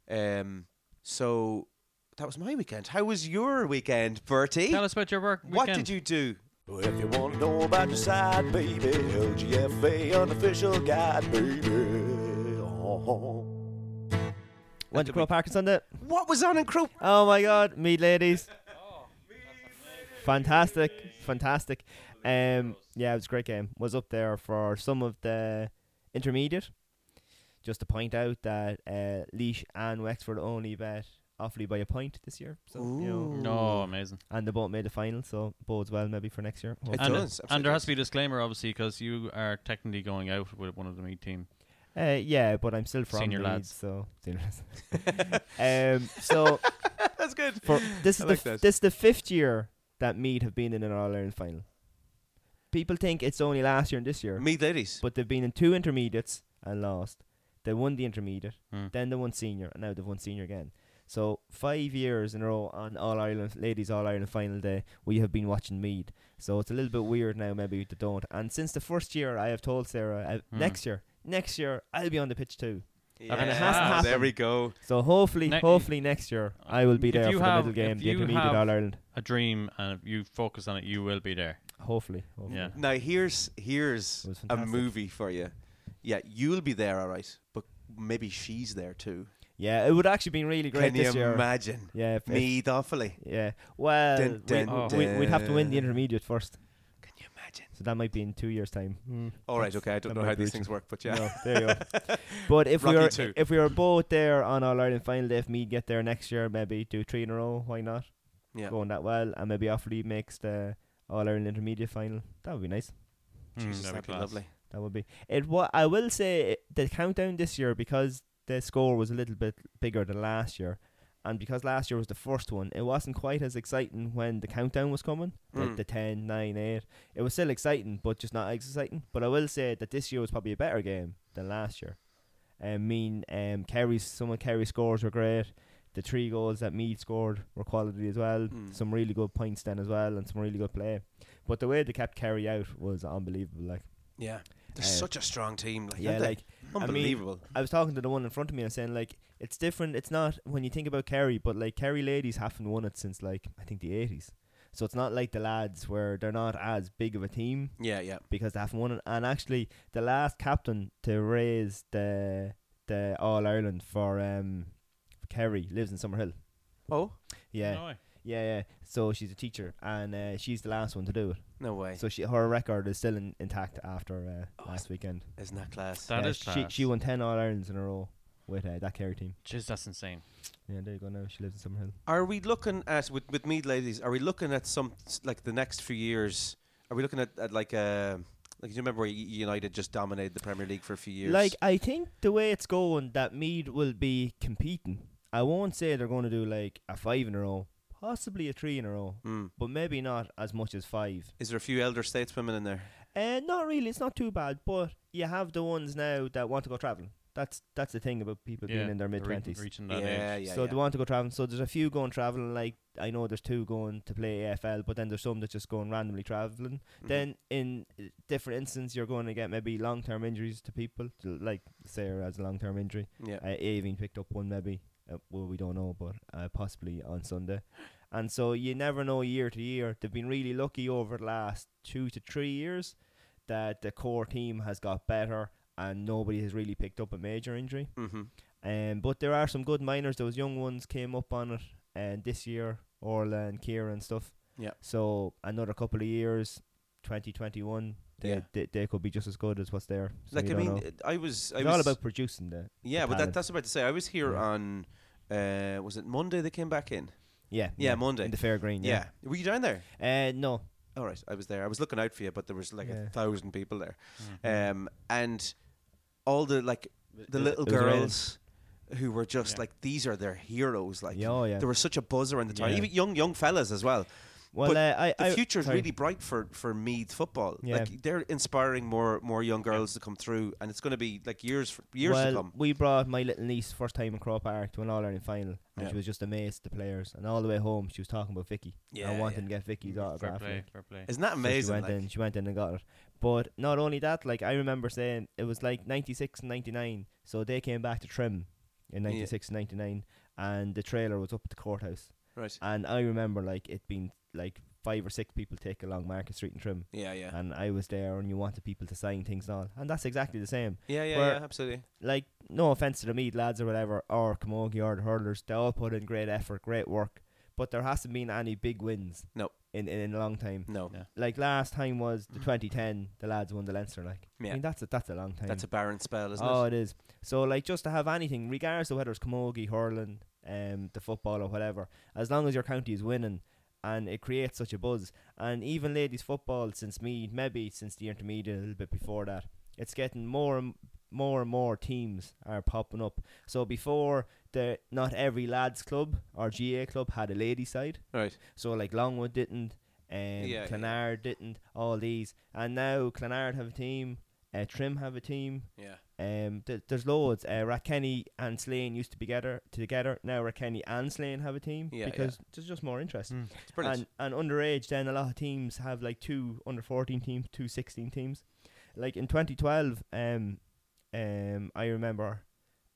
yeah. Um, so that was my weekend. How was your weekend, Bertie?
Tell us about your work.
what did you do?
If you want to know about your side, baby, LGFA unofficial guide, baby. Oh.
Went to Crow Park on Sunday.
What was on in Crow?
Oh my God, meat ladies. Fantastic, fantastic. Um, yeah, it was a great game. Was up there for some of the intermediate. Just to point out that uh, Leash and Wexford only bet awfully by a point this year. So you know,
No, Oh, amazing.
and they both made the final, so bodes well maybe for next year.
It
and, uh,
does,
and there
absolutely
has to be a disclaimer, obviously, because you are technically going out with one of the meat team.
Uh, yeah, but I'm still from
Senior
Leeds,
lads.
so senior lads. um, so
That's good.
for this is
I
the
like
f-
that.
this is the fifth year that Mead have been in an All Ireland final. People think it's only last year and this year,
Me ladies.
but they've been in two intermediates and lost. They won the intermediate,
Hmm.
then they won senior, and now they've won senior again. So five years in a row on All Ireland ladies All Ireland final day, we have been watching Mead. So it's a little bit weird now, maybe they don't. And since the first year, I have told Sarah uh,
Hmm.
next year, next year I'll be on the pitch too.
And it
has to
Ah, there
happen.
we go.
So hopefully,
Ne-
hopefully next year I will be
If
there
you
for
have-
the middle game,
if
the
you
intermediate
have-
All Ireland.
A dream, and if you focus on it, you will be there.
Hopefully, hopefully.
Yeah.
Now here's here's
It was
a
fantastic.
movie for you. Yeah, you'll be there, all right. But maybe she's there too.
Yeah, it would actually been really great
Can
this
you
year.
imagine?
yeah, if, if-
Me, Offaly.
yeah. Well,
Dun, dun,
we, Oh, we, we'd have to win the
dun.
intermediate first,
Can you imagine?
so that might be in two years' time.
All right,
That's-
okay. I don't
that
know
might
how
be
these
reaching.
things work, but yeah.
No, there you go. But if we
Rocky
were
two.
if we were both there on All Ireland final day, if me get there next year, maybe do three in a row. Why not?
Yeah.
Going that well, and maybe Offaly makes the All Ireland intermediate final. That would be nice.
Mm,
Hmm. Jesus,
that'd be
that'd be
class.
lovely.
That would be it. What I will say, the countdown this year because the score was a little bit bigger than last year, and because last year was the first one, it wasn't quite as exciting when the countdown was coming, like
Mm.
the 10, 9, 8. It was still exciting, but just not as exciting. But I will say that this year was probably a better game than last year. I mean, um, Kerry's some of Kerry's scores were great. The three goals that Mead scored were quality as well.
Mm.
Some really good points then as well, and some really good play. But the way they kept Kerry out was unbelievable. Like.
Yeah. They're
Uh,
such a strong team. Like,
Yeah,
aren't they?
like I mean-
unbelievable.
I was talking to the one in front of me and saying like it's different. It's not when you think about Kerry, but like Kerry ladies haven't won it since like I think the eighties. So it's not like the lads where they're not as big of a team
yeah, yeah.
because they haven't won it. And actually, the last captain to raise the the All Ireland for um for Kerry lives in Summerhill.
Oh,
Yeah,
No way.
yeah, yeah. So she's a teacher and uh, she's the last one to do it.
no way.
So she her record is still in, intact after uh, last weekend.
Isn't that class?
That
Yeah,
is
she
class.
she won ten All Irelands in a row with uh, that Kerry team.
Jeez, that's insane.
Yeah, there you go. Now she lives in Summerhill.
Are we looking at with with Mead ladies? Are we looking at some s- like the next few years? Are we looking at, at like uh like do you remember where U- United just dominated the Premier League for a few years?
Like I think the way it's going, that Mead will be competing. I won't say they're going to do like a five in a row, possibly a three in a row,
Mm.
but maybe not as much as five.
is there a few elder stateswomen in there?
Uh, not really. It's not too bad, but you have the ones now that want to go traveling. That's that's the thing about people being in their
they're
mid
re-
twenties.
reaching that
yeah,
age.
yeah,
so
yeah.
they want to go traveling. So there's a few going traveling. Like I know there's two going to play AFL, but then there's some that's just going randomly traveling.
Mm-hmm.
Then in uh, different instances, you're going to get maybe long term injuries to people. to- Like Sarah has a long term injury.
yeah.
Uh, Avine picked up one maybe. Uh, well, we don't know, but uh, possibly on Sunday. And so you never know year to year. They've been really lucky over the last two to three years that the core team has got better and nobody has really picked up a major injury.
mm-hmm.
Um, but there are some good minors. Those young ones came up on it, and this year Orla and Kira and stuff.
Yeah.
So another couple of years, twenty twenty one, they,
Yeah.
they they could be just as good as what's there. So
Like
you
I
don't
mean,
know.
it- I was I
it's
was
all about producing the
yeah,
the
but that,
talent.
that's about to say. I was here
Yeah.
on uh was it Monday they came back in?
yeah
yeah, Monday.
in the fair green
Yeah.
yeah.
Were you down there?
Uh, no
All right, I was there. I was looking out for you, but there was like
Yeah.
a thousand people there, um, and all the like the
it-
little
it was raining.
girls who were just
Yeah.
like these are their heroes. Like
Yeah, oh, yeah.
there was such a buzz around the town.
Yeah.
Even young young fellas as well.
Well,
But
uh, I,
the
I,
future is
sorry.
really bright for for Meath football.
Yeah.
Like they're inspiring more more young girls to come through, and it's going to be like years for, years
well,
to come.
We brought my little niece first time in Crow Park to an All Ireland final, and
Yeah.
she was just amazed at the players. And all the way home, she was talking about Vicky.
Yeah,
and wanting
yeah.
to get Vicky's
Mm, Fair
autograph.
play,
like.
fair play.
Isn't that
So
amazing?
she went
like?
in. She went in and got it. But not only that, like I remember saying, it was like '96 and '99. So they came back to trim in
Yeah.
'96 and '99, and the trailer was up at the courthouse.
Right.
And I remember like it being like five or six people take along Market Street and Trim.
Yeah, yeah,
And I was there, and you wanted people to sign things and all, and that's exactly the same.
yeah, yeah,
where-
yeah. Absolutely.
Like, no offense to the Mead lads or whatever, or Camogie or the hurlers, they all put in great effort, great work, but there hasn't been any big wins
No,
in in, in a long time.
no.
Yeah.
Like last time was the 2010, the lads won the Leinster. Like,
Mm. Yeah.
I mean that's a that's a long time.
That's a barren spell, isn't
oh,
it?
it is. So like just to have anything, regardless of whether it's camogie, hurling, um, the football or whatever, as long as your county is winning, and it creates such a buzz. And even ladies football, since me maybe since the intermediate a little bit before that, it's getting more and more and more teams are popping up. So before the not every lads club or GA club had a lady side.
Right.
So like Longwood didn't, um,
yeah.
Clonard didn't, all these, and now Clonard have a team, uh, Trim have a team.
Yeah.
Um, th- there's loads. Uh, Rakeni and Slane used to be together. Together now, Rakeni and Slane have a team
Yeah, yeah.
because there's just more interest.
It's brilliant.
And and underage, then a lot of teams have like two under fourteen teams, two 16 teams. Like in 2012, um, um, I remember,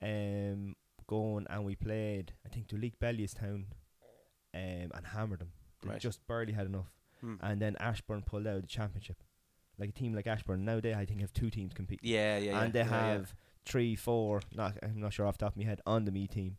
um, going and we played. I think to League Bellius Town, um, and hammered them. They
Right.
just barely had enough.
Hmm.
And then Ashburn pulled out of the championship. Like a team like Ashburn now they I think have two teams competing
yeah, yeah, yeah.
and they
yeah, yeah.
have three, four. Not, I'm not sure off the top of my head on the me team,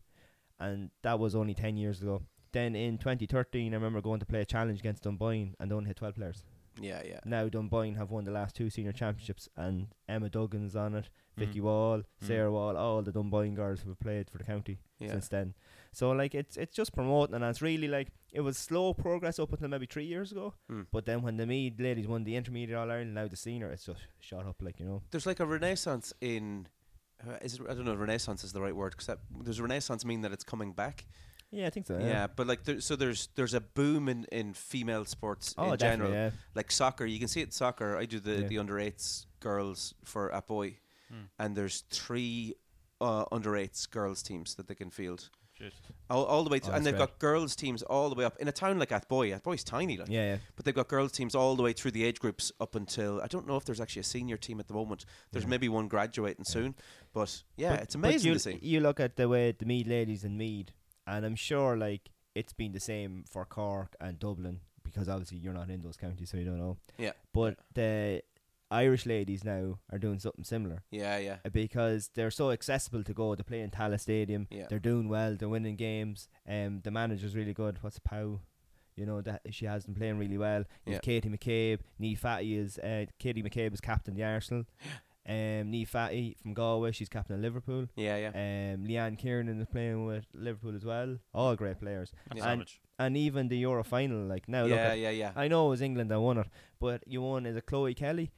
and that was only ten years ago. Then in 2013, I remember going to play a challenge against Dunboyne, and they only had 12 players.
Yeah, yeah.
Now Dunboyne have won the last two senior championships, and Emma Duggan's on it,
Mm.
Vicky Wall, Sarah Wall, all the Dunboyne girls who have played for the county
Yeah.
since then. So like it's it's just promoting, and it's really like it was slow progress up until maybe three years ago.
Hmm.
But then when the Mead ladies won the intermediate All Ireland, now the senior, it's just shot up like you know.
There's like a renaissance in. uh, Is it, I don't know. if Renaissance is the right word because does renaissance mean that it's coming back?
Yeah, I think so.
Yeah, but like there, so there's there's a boom in, in female sports
Oh,
in general.
definitely, yeah.
Like soccer, you can see it in soccer. I do the,
Yeah.
the under eights girls for at boy, and there's three uh, under eights girls teams that they can field
Shit.
all, all the way, to,
Oh,
and
that's
they've
great.
got girls teams all the way up in a town like Athboy. Athboy's tiny, like
Yeah, yeah.
but they've got girls teams all the way through the age groups up until I don't know if there's actually a senior team at the moment. There's maybe one graduating soon, but yeah,
But-
it's
but
amazing
you,
to see.
You look at the way the Mead ladies in Mead, and I'm sure like it's been the same for Cork and Dublin because obviously you're not in those counties, so you don't know.
Yeah,
But the Irish ladies now are doing something similar
yeah, yeah.
uh, because they're so accessible to go. They play in Tala Stadium.
Yeah.
They're doing well. They're winning games. Um, the manager's really good. What's Pow? You know that she has them playing really well. You've
Yeah.
Katie McCabe. Nee Fatty is uh, Katie McCabe is captain of the Arsenal. Um, Nee Fatty from Galway. She's captain of Liverpool.
Yeah, yeah.
Um, Leanne Kiernan is playing with Liverpool as well. All great players.
That's
And,
savage.
and even the Euro final, like now, look
yeah,
at,
yeah, yeah.
I know it was England that won it, but you won as a Chloe Kelly.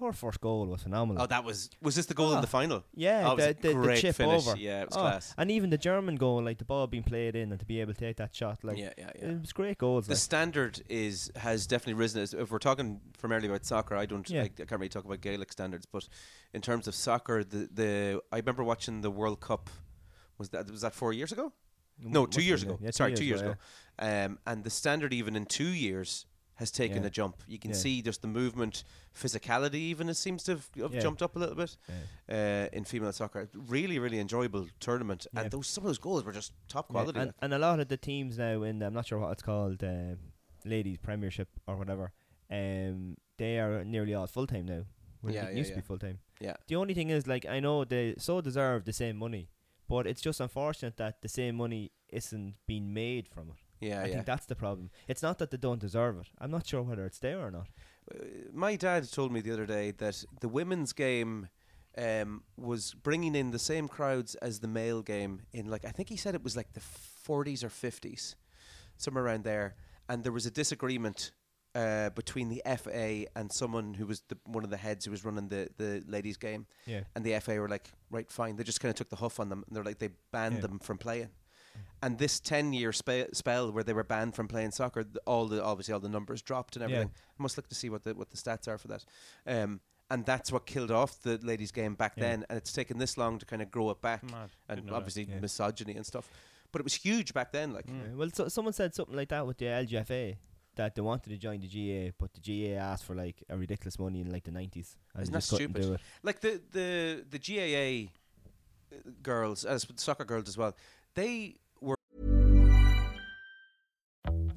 Her first goal was phenomenal.
Oh, that was was this the goal in
Ah,
the final?
Yeah,
Oh, it was
the,
a
the, the
great
chip
finish.
over.
Yeah, it was
Oh,
class.
And even the German goal, like the ball being played in, and to be able to take that shot, like
Yeah, yeah, yeah.
it was great goals.
The
Like.
standard is has definitely risen. As- If we're talking primarily about soccer, I don't,
Yeah.
I, I can't really talk about Gaelic standards, but in terms of soccer, the the I remember watching the World Cup. Was that was that four years ago? No,
must
two
be,
years
yeah.
ago.
Yeah, two
Sorry,
years
two years
ago,
ago. Um, and the standard, even in two years, has taken
Yeah.
a jump. You can
Yeah.
see just the movement, physicality, even it seems to have, have
Yeah.
jumped up a little bit uh, in female soccer. Really, really enjoyable tournament,
Yeah.
and those some of those goals were just top
Yeah,
quality.
and,
like.
and a lot of the teams now in the, I'm not sure what it's called, um ladies Premiership or whatever. Um, they are nearly all full time now. When
Yeah,
it
yeah,
used to
yeah.
be full time.
Yeah.
The only thing is, like, I know they so deserve the same money, but it's just unfortunate that the same money isn't being made from it.
yeah,
I
yeah.
think that's the problem. It's not that they don't deserve it. I'm not sure whether it's there or not.
my dad told me the other day that the women's game um, was bringing in the same crowds as the male game in like I think he said it was like the 40s or 50s, somewhere around there, and there was a disagreement. Uh, between the FA and someone who was the, one of the heads who was running the, the ladies' game,
Yeah.
and the FA were like, right, fine. They just kind of took the huff on them, and they're like, they banned
Yeah. Mm.
them from playing. And this ten-year spe- spell where they were banned from playing soccer, th- all the obviously all the numbers dropped and
Yeah.
everything. I must look to see what the what the stats are for that. Um, and that's what killed off the ladies' game back
Yeah.
then. And it's taken this long to kind of grow it back,
Mad. Didn't
and
know that.
obviously
Yeah. Mm.
misogyny and stuff. But it was huge back then. Like,
Yeah, well, so, someone said something like that with the LGFA that they wanted to join the GA, but the GA asked for like a ridiculous money in like the nineties.
Isn't
they
that
just couldn't
stupid?
Do it.
like the the the GAA uh, girls, as with soccer girls as well, they were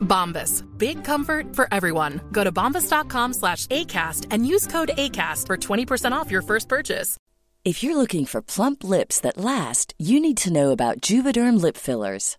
Bombas. Big comfort for everyone. Go to bombas.com slash ACAST and use code ACAST for 20% off your first purchase.
If you're looking for plump lips that last, you need to know about Juvederm lip fillers.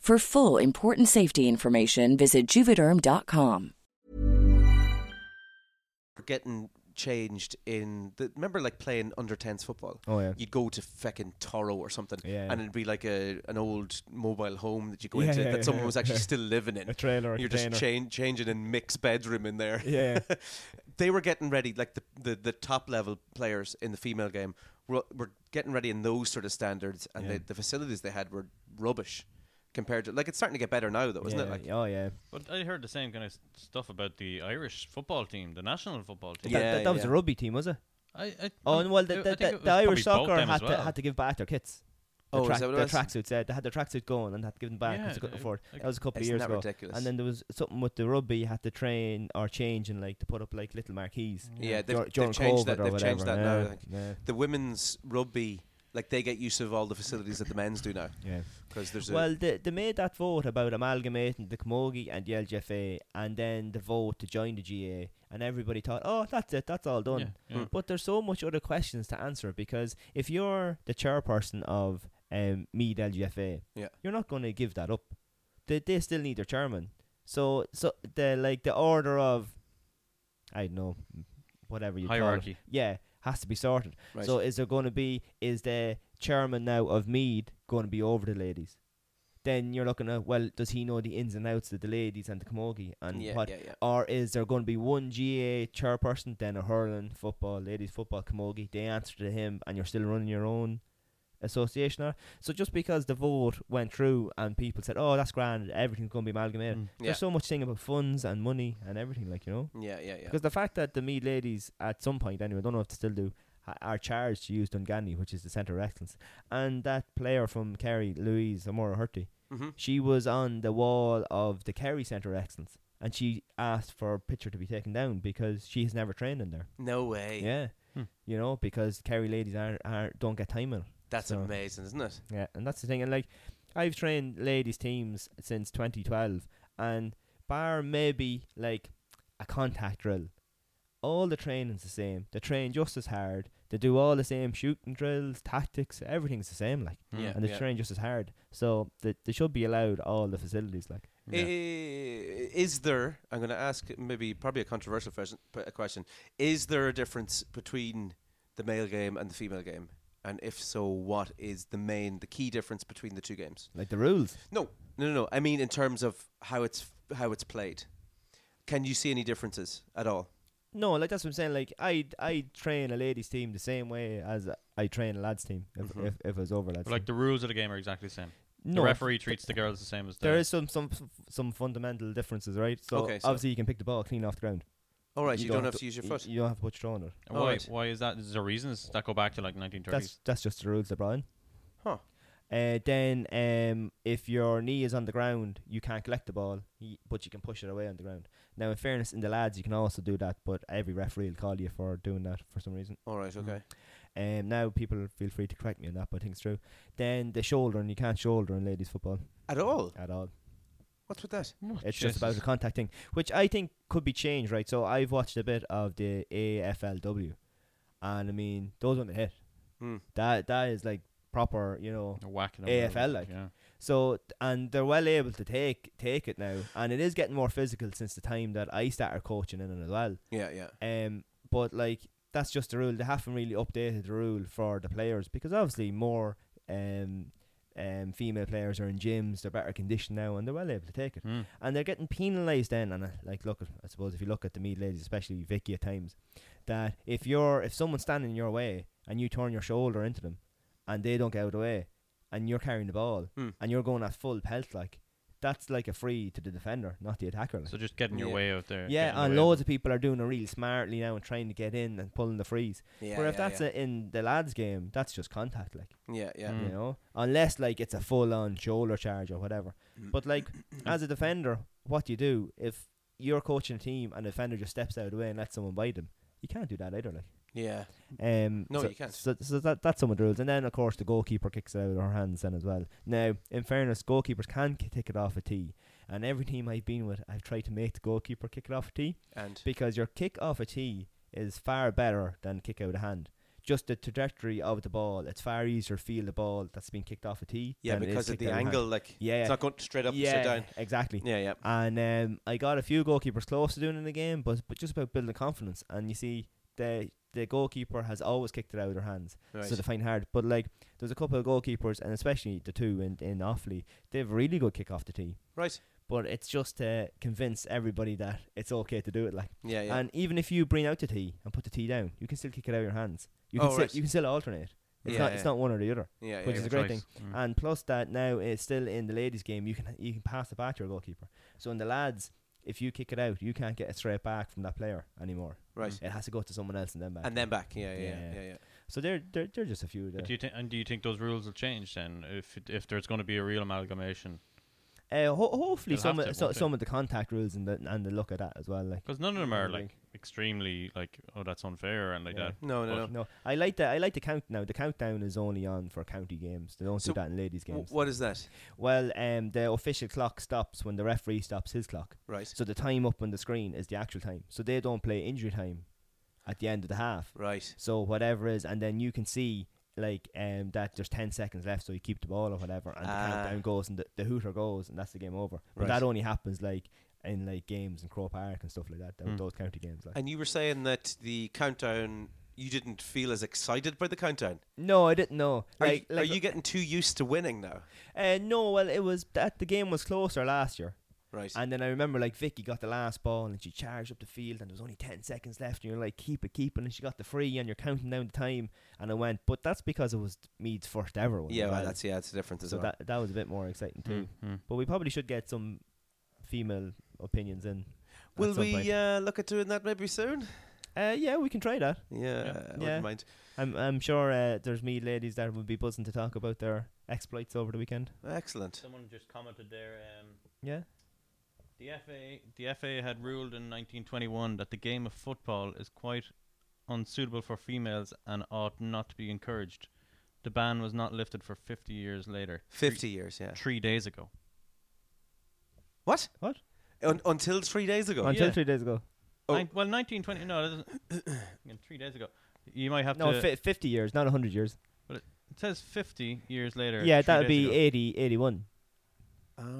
For full important safety information, visit juvederm.com.
getting changed in the remember like playing under tens football.
Oh yeah.
You'd go to feckin' Toro or something,
Yeah.
and it'd be like a an old mobile home that you go
Yeah,
into
yeah,
that
yeah,
someone was actually
yeah.
still living in.
A trailer, a
You're
container.
just chan- changing in mixed bedroom in there.
yeah.
they were getting ready, like the, the, the top level players in the female game were, were getting ready in those sort of standards, and the, the facilities they had were rubbish compared to like it's starting to get better now though, isn't it?
yeah,
Like
oh yeah.
But I heard the same kind of s- stuff about the Irish football team, the national football team.
That,
Yeah,
that, that was
yeah.
the rugby team, was it?
I, I,
Oh, and well, the,
I- I
the,
think it
the,
was
the Irish
probably both
soccer
them as
had to
well.
had to give back their kits. The
Oh, is
track,
that what it
their
was?
tracksuits. Yeah, they had their tracksuit going and had to give them back
Yeah,
because they couldn't
they-
afford.
like-
that was a couple of
Isn't
years
that
ago.
ridiculous?
And then there was something with the rugby. You had to train or change and like to put up like little marquees.
Yeah, they've-
dur-
they've
during
changed
COVID
that-
or
they've changed
whatever.
that now, I
yeah,
think. the women's rugby, like they get use of all the facilities that the men's do now
Yeah. yeah.
because there's a
Well, they, they made that vote about amalgamating the Camogie and the LGFA, and then the vote to join the GA, and everybody thought, oh, that's it, that's all done.
Yeah,
Hmm.
yeah.
But there's so much other questions to answer because if you're the chairperson of um, Mead LGFA,
Yeah.
you're not going to give that up. They, they still need their chairman. So so the like the order of, I don't know, whatever you call it.
Hierarchy.
yeah, has to be sorted.
Right.
So is there going to be is the chairman now of Mead going to be over the ladies? then you're looking at well, does he know the ins and outs of the ladies and the camogie and
Yeah,
what,
yeah, yeah.
or is there going to be one GA chairperson, then a hurling, football, ladies football, camogie? They answer to him, and you're still running your own association. or- So just because the vote went through and people said, "Oh, that's grand, everything's going to be amalgamated,"
Mm.
Yeah.
there's so much thing about funds and money and everything, like you know.
Yeah, yeah, yeah.
Because the fact that the Mead ladies, at some point anyway, I don't know if they still do, ha- are charged to use Dungani, which is the centre of excellence, and that player from Kerry, Louise Amora Hurty,
Mhm.
she was on the wall of the Kerry centre of excellence, and she asked for a picture to be taken down because she has never trained in there.
No way.
Yeah, you know because Kerry ladies aren't, aren't don't get time in. it.
That's
So-
amazing, isn't it?
yeah, and that's the thing. And like, I've trained ladies teams since 2012, and bar maybe like a contact drill, all the training's the same. They train just as hard. They do all the same shooting drills, tactics. Everything's the same, like,
Yeah,
and they
yeah.
train just as hard. So they, they should be allowed all the facilities, like.
I- Is there? I'm going to ask maybe probably a controversial question. p- a question: Is there a difference between the male game and the female game? And if so, what is the main, the key difference between the two games?
Like the rules.
No, no, no, no. I mean, in terms of how it's how it's played, can you see any differences at all?
No, like that's what I'm saying. Like I I train a ladies team the same way as I train a lads team. If
Mhm.
if, if it was over lads.
But, like the rules of the game are exactly the same.
No,
the referee
th-
treats the girls the same as the
There is some some some fundamental differences, right? So,
Okay, so-
obviously you can pick the ball clean off the ground.
All right, you don't have to use your
you-
foot.
You don't have to put your toe on it.
And Why? Why is that? Is there reasons that go back to like 1930s?
That's that's just the rules, LeBron.
Huh.
Uh, then, um, if your knee is on the ground, you can't collect the ball, y- but you can push it away on the ground. Now, in fairness, in the lads, you can also do that, but every referee will call you for doing that for some reason.
All right, okay.
Um, now people feel free to correct me on that, but I think it's true. Then the shoulder, and you can't shoulder in ladies football
At all?
At all.
What's with that?
It's just about the contact thing, which I think could be changed, right? So I've watched a bit of the AFLW, and I mean those ones hit.
Mm.
That that is like proper, you know,
whacking them with
AFL
it,
like.
yeah.
So and they're well able to take take it now, and it is getting more physical since the time that I started coaching in it as well.
Yeah, yeah.
Um, but like that's just the rule. They haven't really updated the rule for the players because obviously more um um female players are in gyms. They're better conditioned now, and they're well able to take it.
Hmm.
And they're getting penalised then. And uh, like, look, I suppose if you look at the meat ladies, especially Vicky at times, that if you're if someone's standing in your way and you turn your shoulder into them, and they don't get out of the way, and you're carrying the ball,
Hmm.
and you're going at full pelt like. That's like a free to the defender, not the attacker. like.
So just getting your Yeah. way out there,
Yeah,
getting in the
and
way of
loads of people are doing it really smartly now and trying to get in and pulling the frees.
Yeah,
Where if
yeah,
that's
yeah.
it in the lads' game, that's just contact, like.
Yeah, yeah.
You
Mm.
know, unless like it's a full-on shoulder charge or whatever.
Mm.
But like, as a defender, what do you do if you're coaching a team and a defender just steps out of the way and lets someone bite him? You can't do that either, like.
Yeah.
Um,
No,
so,
you can't.
So, so that, that's some of the rules. And then, of course, the goalkeeper kicks it out of her hands then as well. Now, in fairness, goalkeepers can k- kick it off a tee. And every team I've been with, I've tried to make the goalkeeper kick it off a tee.
And?
Because your kick off a tee is far better than kick out of hand. Just the trajectory of the ball, it's far easier to feel the ball that's been kicked off a tee.
Yeah,
than it is
because of
kicked
the
out hand.
angle, like,
yeah,
it's not going straight up and
yeah,
straight down.
Exactly.
Yeah, yeah.
And um, I got a few goalkeepers close to doing it in the game, but but just about building confidence. And you see, the the goalkeeper has always kicked it out of their hands,
Right.
so they find hard. But like, there's a couple of goalkeepers, and especially the two in in Offaly, they have really good kick off the tee.
Right.
But it's just to convince everybody that it's okay to do it. Like,
Yeah, yeah.
And even if you bring out the tee and put the tee down, you can still kick it out of your hands. You can
Oh,
still,
right.
you can still alternate. It's
Yeah,
not it's
yeah.
not one or the other.
Yeah, yeah,
which
yeah.
is a great
Choice.
thing.
Mm.
And plus that now it's still in the ladies' game. You can you can pass it back to your goalkeeper. So in the lads, if you kick it out, you can't get it straight back from that player anymore.
Right.
It has to go to someone else and then back.
And then back, yeah, yeah, yeah, yeah, yeah.
So they're they're, they're just a few. There.
But do you think? And do you think those rules will change then? If it- if there's going to be a real amalgamation,
Uh, ho- hopefully
They'll
some
have
of,
to,
so,
won't they?
some of the contact rules and the and the look at that as well. Like
because none of them are like extremely like oh that's unfair and like
Yeah.
that. But
no. I like that. I like the count now. The countdown is only on for county games. They don't
So
do that in ladies'
w-
games.
what is that?
Well, um, the official clock stops when the referee stops his clock.
Right.
So the time up on the screen is the actual time. So they don't play injury time at the end of the half.
Right.
So whatever is, and then you can see like um that there's ten seconds left, so you keep the ball or whatever, and the
Ah.
countdown goes, and the, the hooter goes, and that's the game over. But
Right.
that only happens like in like games in Crow Park and stuff like that. tho-
Hmm.
Those county games, like
And you were saying that the countdown you didn't feel as excited by the countdown.
No, I didn't know.
Are,
Like,
you,
like
are you getting too used to winning now?
Uh, no, well, it was that the game was closer last year.
Right.
And then I remember like Vicky got the last ball and she charged up the field and there was only 10 seconds left and you're like, keep it, keep it. And she got the free and you're counting down the time. And I went, but that's because it was Mead's first ever one.
Yeah,
as
well, that's- yeah, it's a difference as
so
well.
That, that was a bit more exciting too.
Mhm.
But we probably should get some female opinions in. at
Will
some
we
point.
uh, look at doing that maybe soon?
Uh, yeah, we can try that.
Yeah, I wouldn't mind.
I'm, I'm sure uh, there's me ladies that would be buzzing to talk about their exploits over the weekend.
Excellent.
Someone just commented there. Um,
Yeah.
The FA, the FA had ruled in 1921 that the game of football is quite unsuitable for females and ought not to be encouraged. The ban was not lifted for 50 years later.
50 years, yeah.
Three days ago.
What?
What?
Un- until three days ago.
Until three days ago.
Oh.
Nin- well, 1920. No, that doesn't- again, three days ago. You might have
No,
to.
fi 50 years, not 100 years.
But it says 50 years later.
Yeah,
three
that
days
would be
ago.
eighty, eighty-one.
80, 81.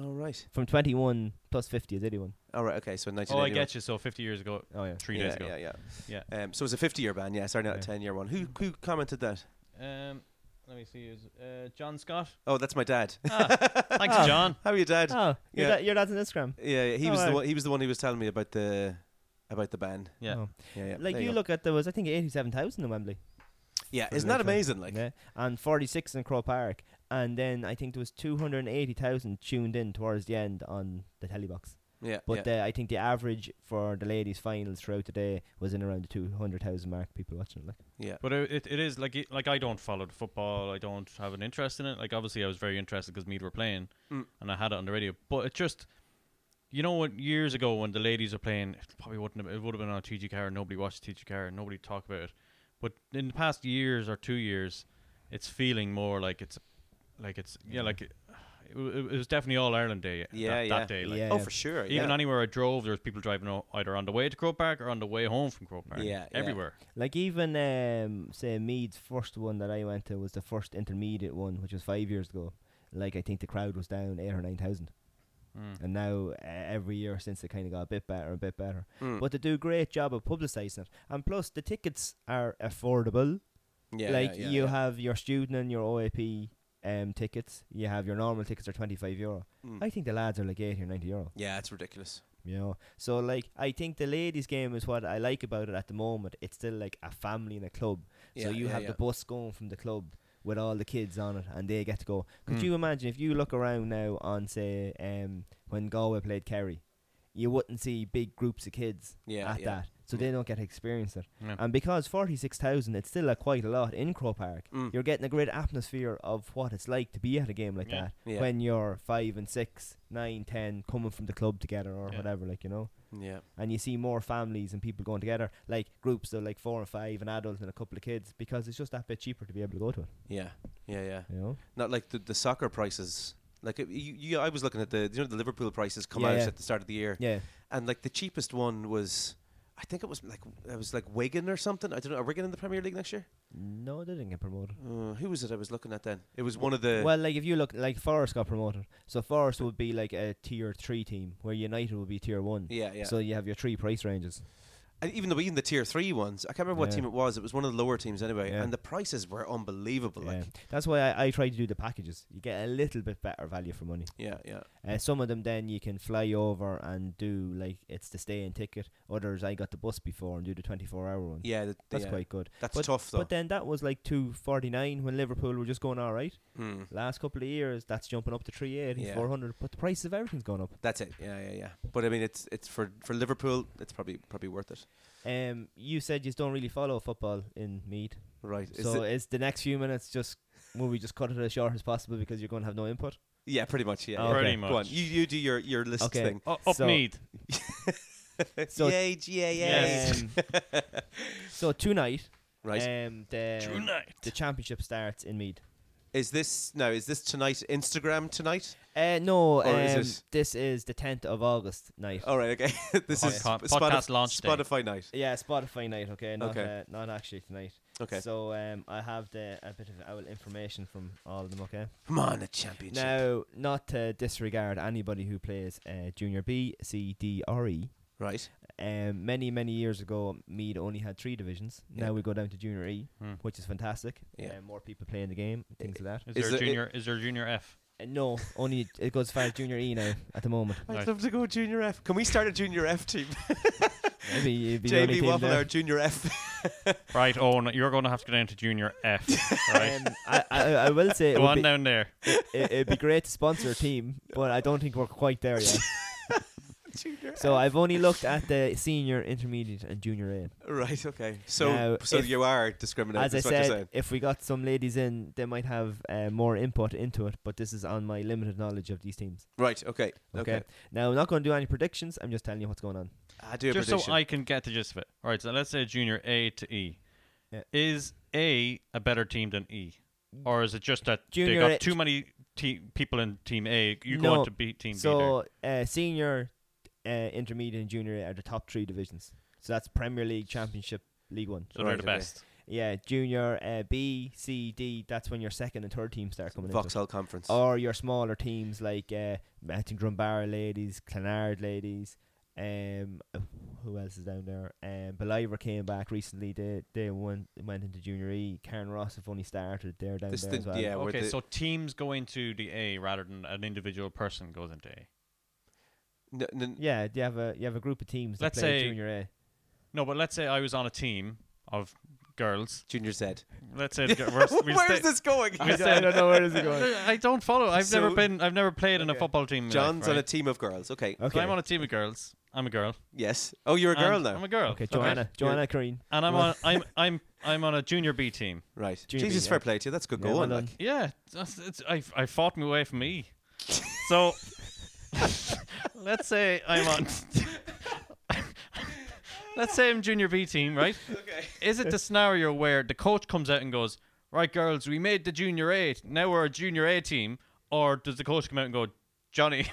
All right.
From 21 plus 50 is 81.
All right, okay, so 19
Oh, I get you. So 50 years ago.
Oh, yeah.
Three
yeah,
days ago.
Yeah, yeah, Um, so it's a 50 year ban, yeah, sorry, not a 10 year one. Who, who commented that?
Yeah. Um, let me see. Is uh, John Scott?
Oh, that's my dad.
Ah, thanks,
Oh.
John.
How are you, Dad?
Oh, your,
Yeah.
da- your dad's on Instagram.
Yeah, yeah, he
Oh,
was the
wow.
one, he was the one who was telling me about the about the ban.
Yeah.
Oh.
yeah, yeah.
Like,
there
you,
go.
look at there was, I think, 87,000 in Wembley.
Yeah,
for
isn't
the
that
Liverpool.
amazing? Like,
Yeah. And 46 in Crow Park. And then I think there was 280,000 tuned in towards the end on the telly box.
Yeah,
But Uh, I think the average for the ladies' finals throughout the day was in around the 200,000 mark, people watching it. Like.
Yeah.
But it, it, it is like it- like I don't follow the football. I don't have an interest in it. Like obviously I was very interested because Mead were playing,
Mm.
and I had it on the radio. But it just, you know what? Years ago when the ladies were playing, it probably wouldn't have, it would have been on TG Car. Nobody watched TG Car. Nobody talked about it. But in the past years or two years, it's feeling more like it's, like it's yeah, like. It, it, wa- it was definitely all Ireland day.
Yeah,
that,
yeah.
that day. Like,
Yeah, Oh, yeah. for sure,
Even
yeah.
anywhere I drove, there was people driving o- either on the way to Crow Park or on the way home from Crow Park.
Yeah, yeah.
everywhere.
Like even um, say Mead's first one that I went to was the first intermediate one, which was five years ago. Like I think the crowd was down eight or nine thousand,
Mm.
and now uh, every year since it kind of got a bit better, a bit better.
Mm.
But they do a great job of publicising it, and plus the tickets are affordable.
Yeah,
like
yeah, yeah,
you
yeah.
have your student and your OAP um, tickets. You have your normal tickets are twenty five euro.
Mm.
I think the lads are like eighty or ninety euro.
yeah, it's ridiculous.
You know, so like I think the ladies' game is what I like about it at the moment. It's still like a family and a club.
Yeah,
so you
yeah,
have
yeah.
the bus going from the club with all the kids on it, and they get to go. Could
Mm.
you imagine if you look around now on say um, when Galway played Kerry, you wouldn't see big groups of kids
Yeah, Hmm.
at
yeah.
that. So they don't get to experience it.
Yeah.
And because forty six thousand, it's still a quite a lot in Crow Park.
Mm.
You're getting a great atmosphere of what it's like to be at a game like
Yeah.
that
Yeah.
when you're five and six, nine, ten, coming from the club together or
Yeah.
whatever, like you know.
Yeah.
And you see more families and people going together, like groups of like four and five, an adult and a couple of kids, because it's just that bit cheaper to be able to go to it.
Yeah, yeah, yeah.
You know?
Not like the, the soccer prices. Like it, you, you, I was looking at the you know the Liverpool prices come
Yeah,
out
yeah.
at the start of the year.
Yeah.
and like the cheapest one was, I think it was like it was like Wigan or something. I don't know. Are Wigan in the Premier League next year?
No, they didn't get promoted.
Uh, who was it I was looking at then? It was one of the
Well, like if you look, like Forest got promoted, so Forest would be like a tier three team, where United would be tier one.
Yeah, yeah.
So you have your three price ranges.
and even though even the tier three ones. I can't remember what
Yeah.
team it was. It was one of the lower teams anyway,
Yeah.
and the prices were unbelievable.
Yeah.
Like
That's why I, I try to do the packages. You get a little bit better value for money.
yeah, yeah,
Uh, some of them then you can fly over and do like it's the stay in ticket. Others I got the bus before and do the twenty four hour one.
yeah. th-
That's
yeah.
quite good.
That's
but,
tough though.
But then that was like two forty nine when Liverpool were just going all right.
Hmm.
Last couple of years, that's jumping up to 380,
Yeah.
400. But the price of everything's gone up.
That's it. Yeah, yeah, yeah. But I mean, it's it's for for Liverpool. It's probably probably worth it.
Um, you said you don't really follow football in Mead,
Right. Is
so
it-
it's the next few minutes just will we just cut it as short as possible because you're going to have no input.
yeah, pretty much. Yeah.
Okay.
Pretty
Go on.
much.
You you do your your list
Okay.
thing.
Oh, up
So-
Mead.
So-
yay, yay, yay.
Yes.
Um, so tonight,
Right.
Um, the
Tonight.
the championship starts in Mead.
Is this no? Is this tonight? Instagram tonight?
Uh, no,
Or is
um,
it- Oh.
this is the 10th of August night.
All right. Okay. this is
Podca-
Spotif-
podcast launch day.
Spotify night.
Yeah, Spotify night. Okay, not
Okay.
Uh, not actually tonight.
Okay.
So um, I have the a bit of our information from all of them. Okay.
Come on, a championship.
Now, not to disregard anybody who plays uh, Junior B, C, D, or E,
Right.
Um, many many years ago, Mead only had three divisions.
Yeah.
Now we go down to Junior E,
Hmm.
which is fantastic.
Yeah. Eh,
Um, more people playing the game, things like that.
Is, there a junior? Is there a junior F?
Uh, no, only it goes as far as Junior E now at the moment.
I'd love to go Junior F. Can we start a Junior F team?
Maybe it'd be the only
JB
team
Waffle,
there.
our Junior F.
Right, Owen, you're going to have to go down to junior F. Right.
Um, I, I, I will say it
go
would
on
be,
down there.
It, it, it'd be great to sponsor a team, but I don't think we're quite there yet.
Junior
So I've only looked at the senior, intermediate, and junior A.
Right. Okay. So,
Now,
so
if-
you are discriminating.
As I
is what you're
said,
saying.
if we got some ladies in, they might have uh, more input into it. But this is on my limited knowledge of these teams.
Right. Okay.
Okay.
Okay.
Now I'm not going to do any predictions. I'm just telling you what's going on.
I do a
Just
prediction.
so I can get the gist of it. All right, so let's say junior A to E.
Yeah.
Is A a better team than E? Or is it just that
Junior
they got
A-
too many te- people in team A? You
no,
go on to beat team
So uh, senior, uh, intermediate, and junior are the top three divisions. So that's Premier League, Championship, League One.
B there. So they're
Right,
the
okay.
best.
Yeah, junior uh, B, C, D. That's when your second and third teams start coming in.
Vauxhall Conference.
or your smaller teams like uh, I think Drumbarra ladies, Clonard ladies, um, uh, who else is down there? Um, Beliver came back recently. They they went went into Junior E. Karen Ross have only started. They're down
This
there
the-
as well.
yeah, where
okay,
the-
so teams go into the A rather than an individual person goes into A.
N- n-
yeah. You have a you have a group of teams that
Let's
play
say-
Junior E. A.
No, but let's say I was on a team of girls.
Junior Z.
Let's say the gir- we're, we'll
Where
stay-
is this going?
we'll stay-
know where is it
I don't follow. I've never
So-
been. I've never played in a
Okay.
football team. in my life,
John's on a
right?
team of girls. Okay.
So
Okay.
I'm on a team of girls. I'm a girl.
Yes. Oh, you're a girl
And
now.
I'm a girl.
okay,
Okay.
Joanna, Joanna Green.
And I'm on. I'm I'm I'm on a junior B team.
right.
Junior B,
Jesus,
yeah.
fair play to you. That's good
Yeah, well
going.
done.
like.
Yeah, that's, it's, I I fought my way from E. so let's say I'm on. let's say I'm junior B team, right? Okay. Is it the scenario where the coach comes out and goes, "Right, girls, we made the junior A. Now we're a junior A team," or does the coach come out and go, "Johnny,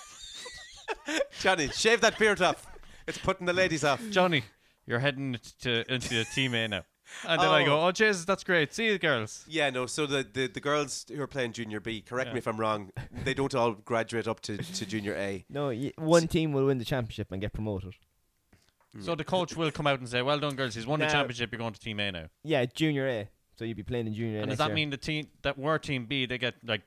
Johnny, shave that beard off. It's putting the ladies off.
Johnny, you're heading to into the team A now"? And then I go,
Oh.
"Oh Jesus, that's great. See you, girls."
Yeah, no. So the, the, the girls who are playing Junior B, correct me if I'm wrong, they don't all graduate up to, to Junior A.
No, y- one team will win the championship and get promoted.
So the coach will come out and say, "Well done, girls. He's won the
Now-
championship. You're going to team A now."
Yeah, Junior A. So you'd be playing in Junior A.
And does
next
that
year.
mean the team that were team B they get like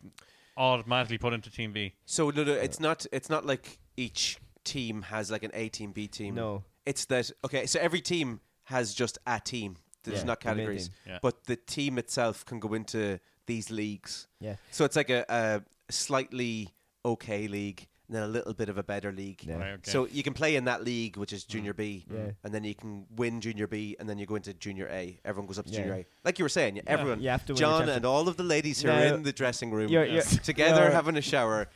automatically put into team B?
So no, no, it's not. It's not like each team has like an A team, B team.
No.
it's that. Okay, so every team has just a team. There's
Yeah,
not
the main
categories,
team.
Yeah.
but the team itself can go into these leagues.
Yeah.
So it's like a, a slightly okay league, and then a little bit of a better league.
Yeah.
Right, okay. Mm.
So you can play in that league, which is Junior B,
Yeah.
and then you can win Junior B, and then you go into Junior A. Everyone goes up to
Yeah.
Junior A, like you were saying. Everyone,
You have to win the
John,
championship.
and all of the ladies who are
Now-
in the dressing room
You're- you're-
together,
you're-
having a shower,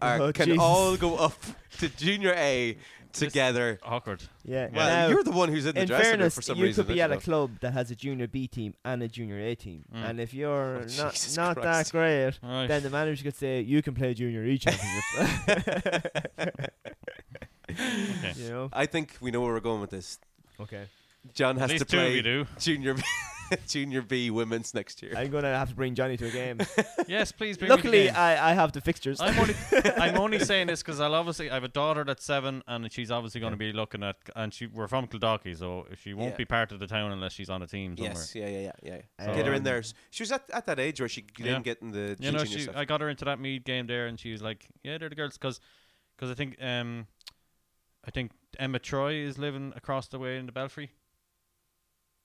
are,
Oh,
can
Jesus.
all go up to Junior A together.
Awkward.
yeah.
Well,
Now-
you're the one who's in the
in
dressing
fairness,
room for some
you
reason.
could be
I
at
don't
a
know.
club that has a junior B team and a junior A team, and if you're
Oh,
not
Jesus
not
Christ.
that great,
Right.
then the manager could say you can play junior E championship. You know.
I think we know where we're going with this.
Okay.
John has to
least two of
play
you do.
Junior B, Junior B women's next year.
I'm gonna have to bring Johnny to a game.
yes, please. Bring me
Luckily,
uh,
to games.
I, I have the fixtures.
I'm only I'm only saying this because I'll obviously I have a daughter that's seven and she's obviously going to be looking at and she we're from Kildaki so she won't
Yeah.
be part of the town unless she's on a team somewhere.
Yes, yeah, yeah, yeah, yeah.
So,
get her
um,
in there. S- She was at, at that age where she
Yeah.
didn't get in the
You know,
junior
she
stuff.
I got her into that mead game there and she was like, yeah, they're the girls because I think um I think Emma Troy is living across the way in the Belfry.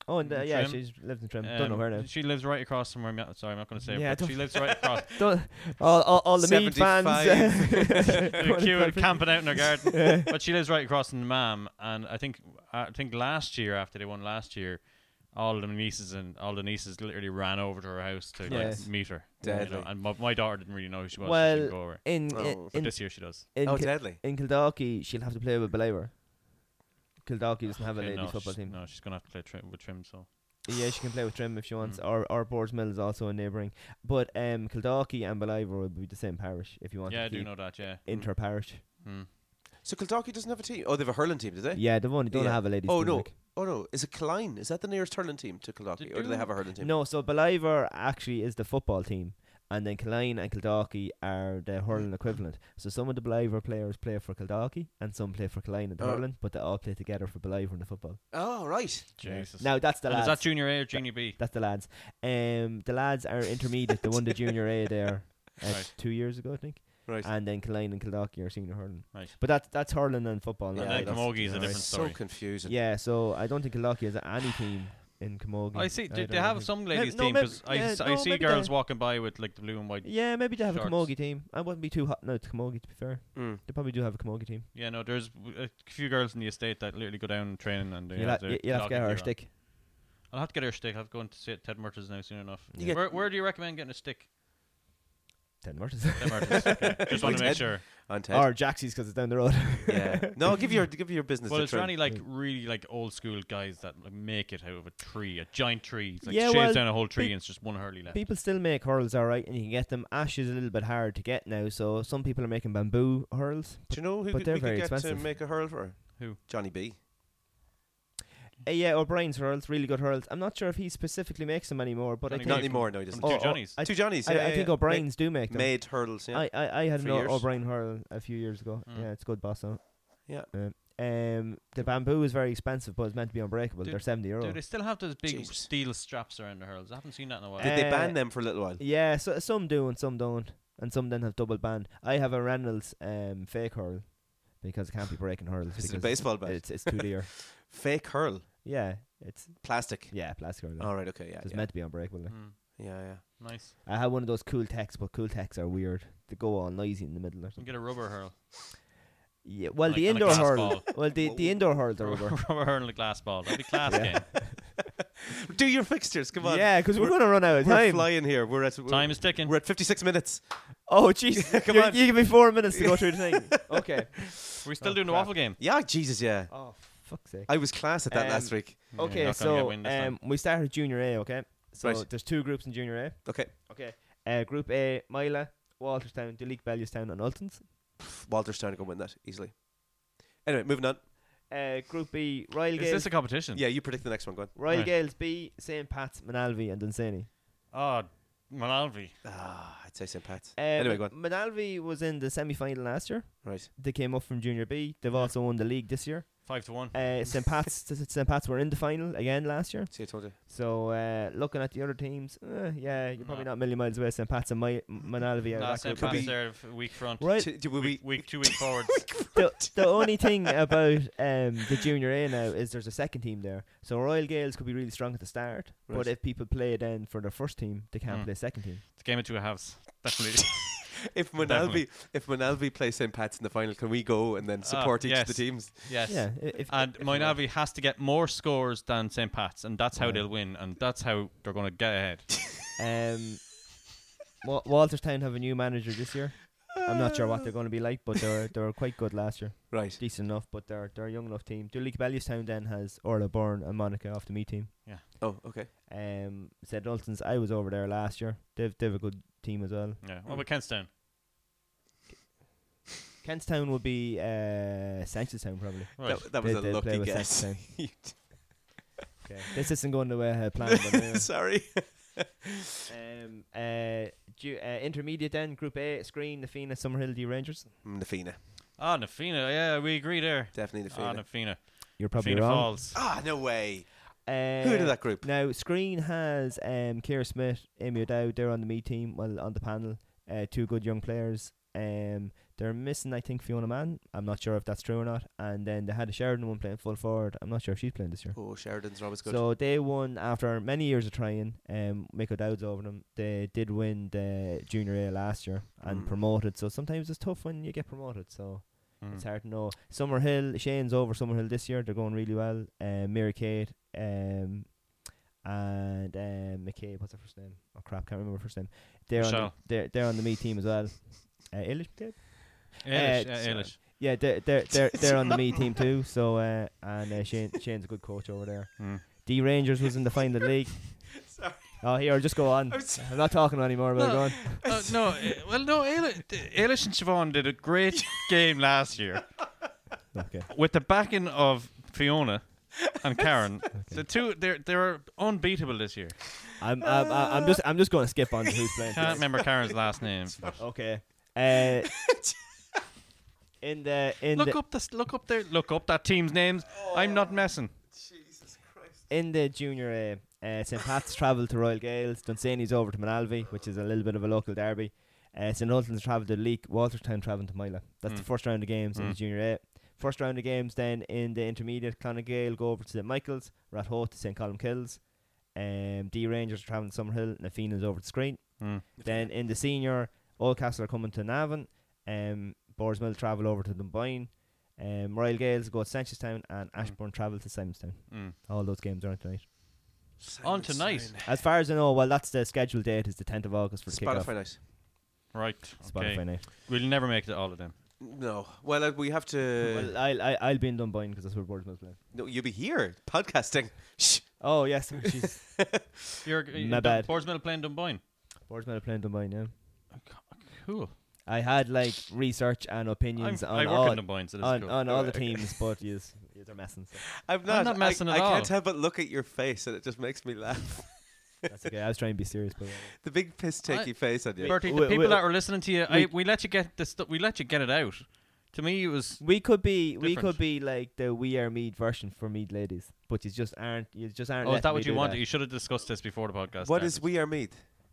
oh, and, uh,
in
yeah,
Trim.
she's lived in Trim. don't know
Um,
where now.
She lives right across somewhere. I'm not- sorry, I'm not going to say.
Yeah,
it, but
don't-
she lives right across.
Don't, all, all, all the Mead fans.
75.
They're cute,
Perfect.
camping out in her garden. but she lives right across from the mam, and I think I think last year after they won last year, all the nieces and all the nieces literally ran over to her house to
Yes.
like, meet her. You
Deadly.
know, and my, my daughter didn't really know who she was. so she
well,
didn't go over.
in
Oh,
in,
But
in,
this year she does.
in
oh,
Kil-
deadly.
in Kildaki, she'll have to play with Belaver. Kildaki doesn't have a
Okay,
ladies
no,
football
she's-
team.
No, she's gonna have to play tri- with trim. So
Yeah, she can play with Trim if she
Hmm.
wants. Or or Boardsmill is also a neighbouring. But um, Kildaki and Beliver will be the same parish if you want.
yeah, I
to
do
keep
know Hmm. that. Yeah.
Inter parish.
Mm.
So Kildaki doesn't have a team. Oh, they have a hurling team, do
Eh.
they?
Yeah, they've only don't
Yeah.
have a ladies.
Oh
team,
no.
like.
Oh no. Is it Klein? Is that the nearest hurling team to Kildaki,
They
or do they
do-
have a hurling team?
no. So Beliver actually is the football team, and then Killeen and Kildaki are the
Hmm.
hurling equivalent. So some of the Believer players play for Kildaki and some play for Killeen in the
Oh.
hurling, but they all play together for Believer in the football.
Oh, right.
Yeah. Now that's the
And
lads.
is that junior A or junior B?
That's the lads. Um, the lads are intermediate. they won the junior A there uh,
Right.
two years ago, I think.
Right.
And then Killeen and Kildaki are senior hurling.
Right.
But that's that's hurling and football.
And
now,
then
that's-
Camogie is a
alright.
different story.
So confusing.
Yeah, so I don't think Kildaki has any team in Camogie.
I see. They,
don't
they have
think.
some
Maybe-
ladies
no,
team
maybe-
'cause team because I,
yeah,
s- I
no,
see
maybe
girls
they-
walking by with like the blue and white.
Yeah, maybe they have
shorts.
a Camogie team. I wouldn't be too hot. No, it's Camogie to be fair.
Mm.
They probably do have a Camogie team.
Yeah, no, there's w- a few girls in the estate that literally go down training and they
You'll
have
ha-
their
you'll have to
dog
get her a
gear on.
stick.
I'll have to get her a stick. I've gone to see Ted Murta's now soon enough.
You get-
Where, where do you recommend getting a stick?
Ten Martins.
Ted Murta's. Okay. Just want to make sure.
On Ted.
Or Jaxie's because it's down the road.
Yeah. No, give your give your business.
Well,
a
is there
try.
any like really like old school guys that like, make it out of a tree, a giant tree? It's like
Yeah,
shaves
well,
down a whole tree
peop-
and it's just one hurley left.
People still make hurls, all right, and you can get them. Ash is a little bit hard to get now, so some people are making bamboo hurls.
Do you know who
but
could,
they're
we could
very
get
expensive.
to make a hurl for? her?
Who?
Johnny B.
Uh, yeah, O'Brien's hurls, really good hurls. I'm not sure if he specifically makes them anymore, but I
Johnny
think
Not anymore. No, he doesn't.
Oh,
Two
oh,
Johnnies.
I-
Two Johnnies,
I,
yeah,
I
yeah,
think
yeah.
O'Brien's do make them.
Made hurls, yeah.
I I, I had
For
an O-
years.
O'Brien hurl a few years ago.
Mm.
Yeah, it's good, boss. Though.
Yeah.
Um, um, the bamboo is very expensive, but it's meant to be unbreakable.
Do-
They're seventy euro.
Do they still have those big steel straps around the hurls? I haven't seen that in a while.
Did they ban
Uh,
them for a little while?
Yeah, so some do and some don't, and some then have double band. I have a Reynolds um, fake hurl because it can't be breaking hurls.
Is it a
because
baseball bat?
It's it's too dear.
Fake hurl.
Yeah, it's
Plastic.
Yeah, plastic hurl.
All right. Okay.
So
Yeah.
it's
yeah. Mm.
meant to be unbreakable. like.
Yeah. Yeah.
Nice.
I had one of those cool techs, but cool techs are weird. They go all noisy in the middle or
You can
something.
get a rubber hurl.
Yeah, well,
Like on
the
a
indoor
glass
hurl.
ball.
Well, the, the indoor hurls are rubber.
rubber hurl and a glass ball. That'd be class
Yeah.
game.
Do your fixtures. Come on.
Yeah, 'cause we're gonna run out of
we're
time.
flying here. We're at
Time is ticking.
We're at 56 minutes.
Oh, jeez.
Come
You-
on.
You give me four minutes to go through the thing. Okay.
We're still doing the waffle game.
Yeah. Jesus. Yeah.
Oh, fuck's sake.
I was class at that
Um,
last week.
Yeah,
Okay,
not gonna get
so
win this
um, we started junior A, okay? So
Right.
there's two groups in junior A.
Okay.
Okay. Uh, group A, Mila, Walterstown, Deleak, Bellewstown, and Ultons.
Walterstown can win that easily. Anyway, moving on.
Uh, group B, Royal
Is
Gales,
this a competition?
Yeah, you predict the next one. Go on.
Royal
Right.
Gales B, St. Pat's, Manalvi, and Dunsany.
Oh, Manalvi.
Ah, I'd say St. Pat's.
Uh,
anyway, go
Ma-
on.
Manalvi was in the semi final last year.
Right.
They came up from junior B. They've also won the league this year.
Five to one.
Uh, St. Pat's St. Pat's were in the final again last year.
See, I told you.
So uh, looking at the other teams, uh, yeah, you're probably
No.
not a million miles away. St. Pat's and My- Manalvi. are
Nah,
that
St.
group of
Pat's
teams.
there week front.
Right.
T- do we-
Week, week two, week forward.
the, the only thing about um, the junior A now is there's a second team there. So Royal Gales could be really strong at the start,
Right.
but if people play then for their first team, they can't
Mm.
play second team.
It's a game of two halves. Definitely.
if Manalvi
Definitely.
if Manalvi plays St. Pat's in the final, can we go and then
Ah,
support each of the
yes.
teams?
yes. Uh,
Yeah, i- if,
And
if you want.
Moynavi has to get more scores than St. Pat's, and that's how they'll win, and that's how they're going to get ahead.
um, Wa- Walterstown have a new manager this year. I'm not sure what they're going to be like, but they're they're quite good last year,
Right.
decent enough. But they're they're a young enough team. Duleek Bellewstown then has Orla Byrne and Monica off the me team.
Oh, okay.
Um, said Dalton's. I was over there last year. They've they've a good team as well.
Yeah. What about Kentstown?
Kentstown would be uh, Sanctustown probably.
Right.
That, that was
They-
a
they play
lucky
with
guess.
Saxony. This isn't going the way I had planned. But anyway.
Sorry.
um, uh, ju- uh, intermediate then, Group A, Screen, the Fina, Summerhill, D Rangers.
Nafina.
Ah, Nafina. Yeah, we agree there.
Definitely
Ah,
Nafina.
Nafina.
You're probably
Nafina
wrong.
Falls.
Ah, no way.
Uh,
Who did that group?
Now, Screen has um, Keir Smith, Amy O'Dowd. They're on the me team, well, on the panel. Uh, two good young players. Um, they're missing, I think, Fiona Mann. I'm not sure if that's true or not. And then they had a Sheridan one playing full forward. I'm not sure if she's playing this year.
Oh, Sheridan's always good.
So they won after many years of trying. Um, Mick O'Dowd's over them. They did win the junior A last year and
Mm.
promoted. So sometimes it's tough when you get promoted. So
Mm.
it's hard to know. Summerhill, Shane's over Summerhill this year. They're going really well. Um, Mary Kate, um, and um, McCabe. What's her first name? Oh crap, can't remember her first name. They're on the,
Michelle.
they're they're on the me team as well. Uh, Eilish, McCabe?
Ailish.
Uh,
yeah,
so-
Ailish.
Yeah, they're they're they're, they're on the me team too. So uh, and uh, Shane Shane's a good coach over there.
Mm.
D Rangers was in the final league.
Sorry.
Oh, here, just go on.
I'm
I'm,
so-
not talking anymore about
No.
going.
Uh, no, eh, well, no, Ailish, Ailish and Siobhan did a great game last year.
Okay.
with the backing of Fiona and Karen, the two they're they're unbeatable this year.
I'm, I'm, I'm just, I'm just going to skip on who's playing.
Can't
today.
remember Karen's last name. but-
Okay. Uh, in the in
Look
the,
up this. Look up there. Look up that team's names. I'm not messing.
in the junior A, uh, St. Pat's travelled to Royal Gales, Dunsany's over to Manalvi, which is a little bit of a local derby. Uh, St. Hulton's travelled to Leek, Walterstown travelled to Mila. That's the
Mm.
first round of games in the
Mm.
junior A. First round of games then in the intermediate, Clonagale go over to St. Michael's, Rathote to St. Columkills, um, D Rangers are travelling to Summerhill, Nafina's over to Screen.
Mm.
Then in the senior, Oldcastle are coming to Navan, um, Borsmill travel over to Dunboyne, um, Royal Gales go to Sanctustown, and Ashburn travel to Simonstown.
Mm.
All those games are on tonight.
On tonight.
As far as I know, well, that's the scheduled date is the 10th of August for the kickoff.
Spotify night.
Right. Okay.
Spotify night.
We'll never make it to all of them.
No. Well, uh, we have to.
Well, uh, I'll, I, I'll be in Dunboyne because that's where Bournemouth play.
No, you'll be here podcasting. Shh.
Oh, yes. oh, jeez.
You're,
My bad.
Boardsmill playing Dunboyne.
Bournemouth are playing Dunboyne, yeah.
Cool.
I had like research and opinions
I
on
work in
all,
Dunboyne, so this is
on,
cool.
on all the
Okay.
teams, but yes, yes, they're messing. So.
I'm not,
not messing
I,
at
I
all.
can't help but look at your face, and it just makes me laugh.
That's okay. I was trying to be serious, but whatever.
the big piss takey
I-
face on you.
Bertie, the
we-
people
we-
that were listening to you,
we-
I, we let you get the stu- We let you get it out. To me, it was
we could be we
Different.
could be like the We Are Mead version for Mead ladies, but you just aren't you just aren't.
Oh, is
letting
that
me
what you
do
wanted?
that.
You should have discussed this before the podcast.
What is
started.
We Are Mead?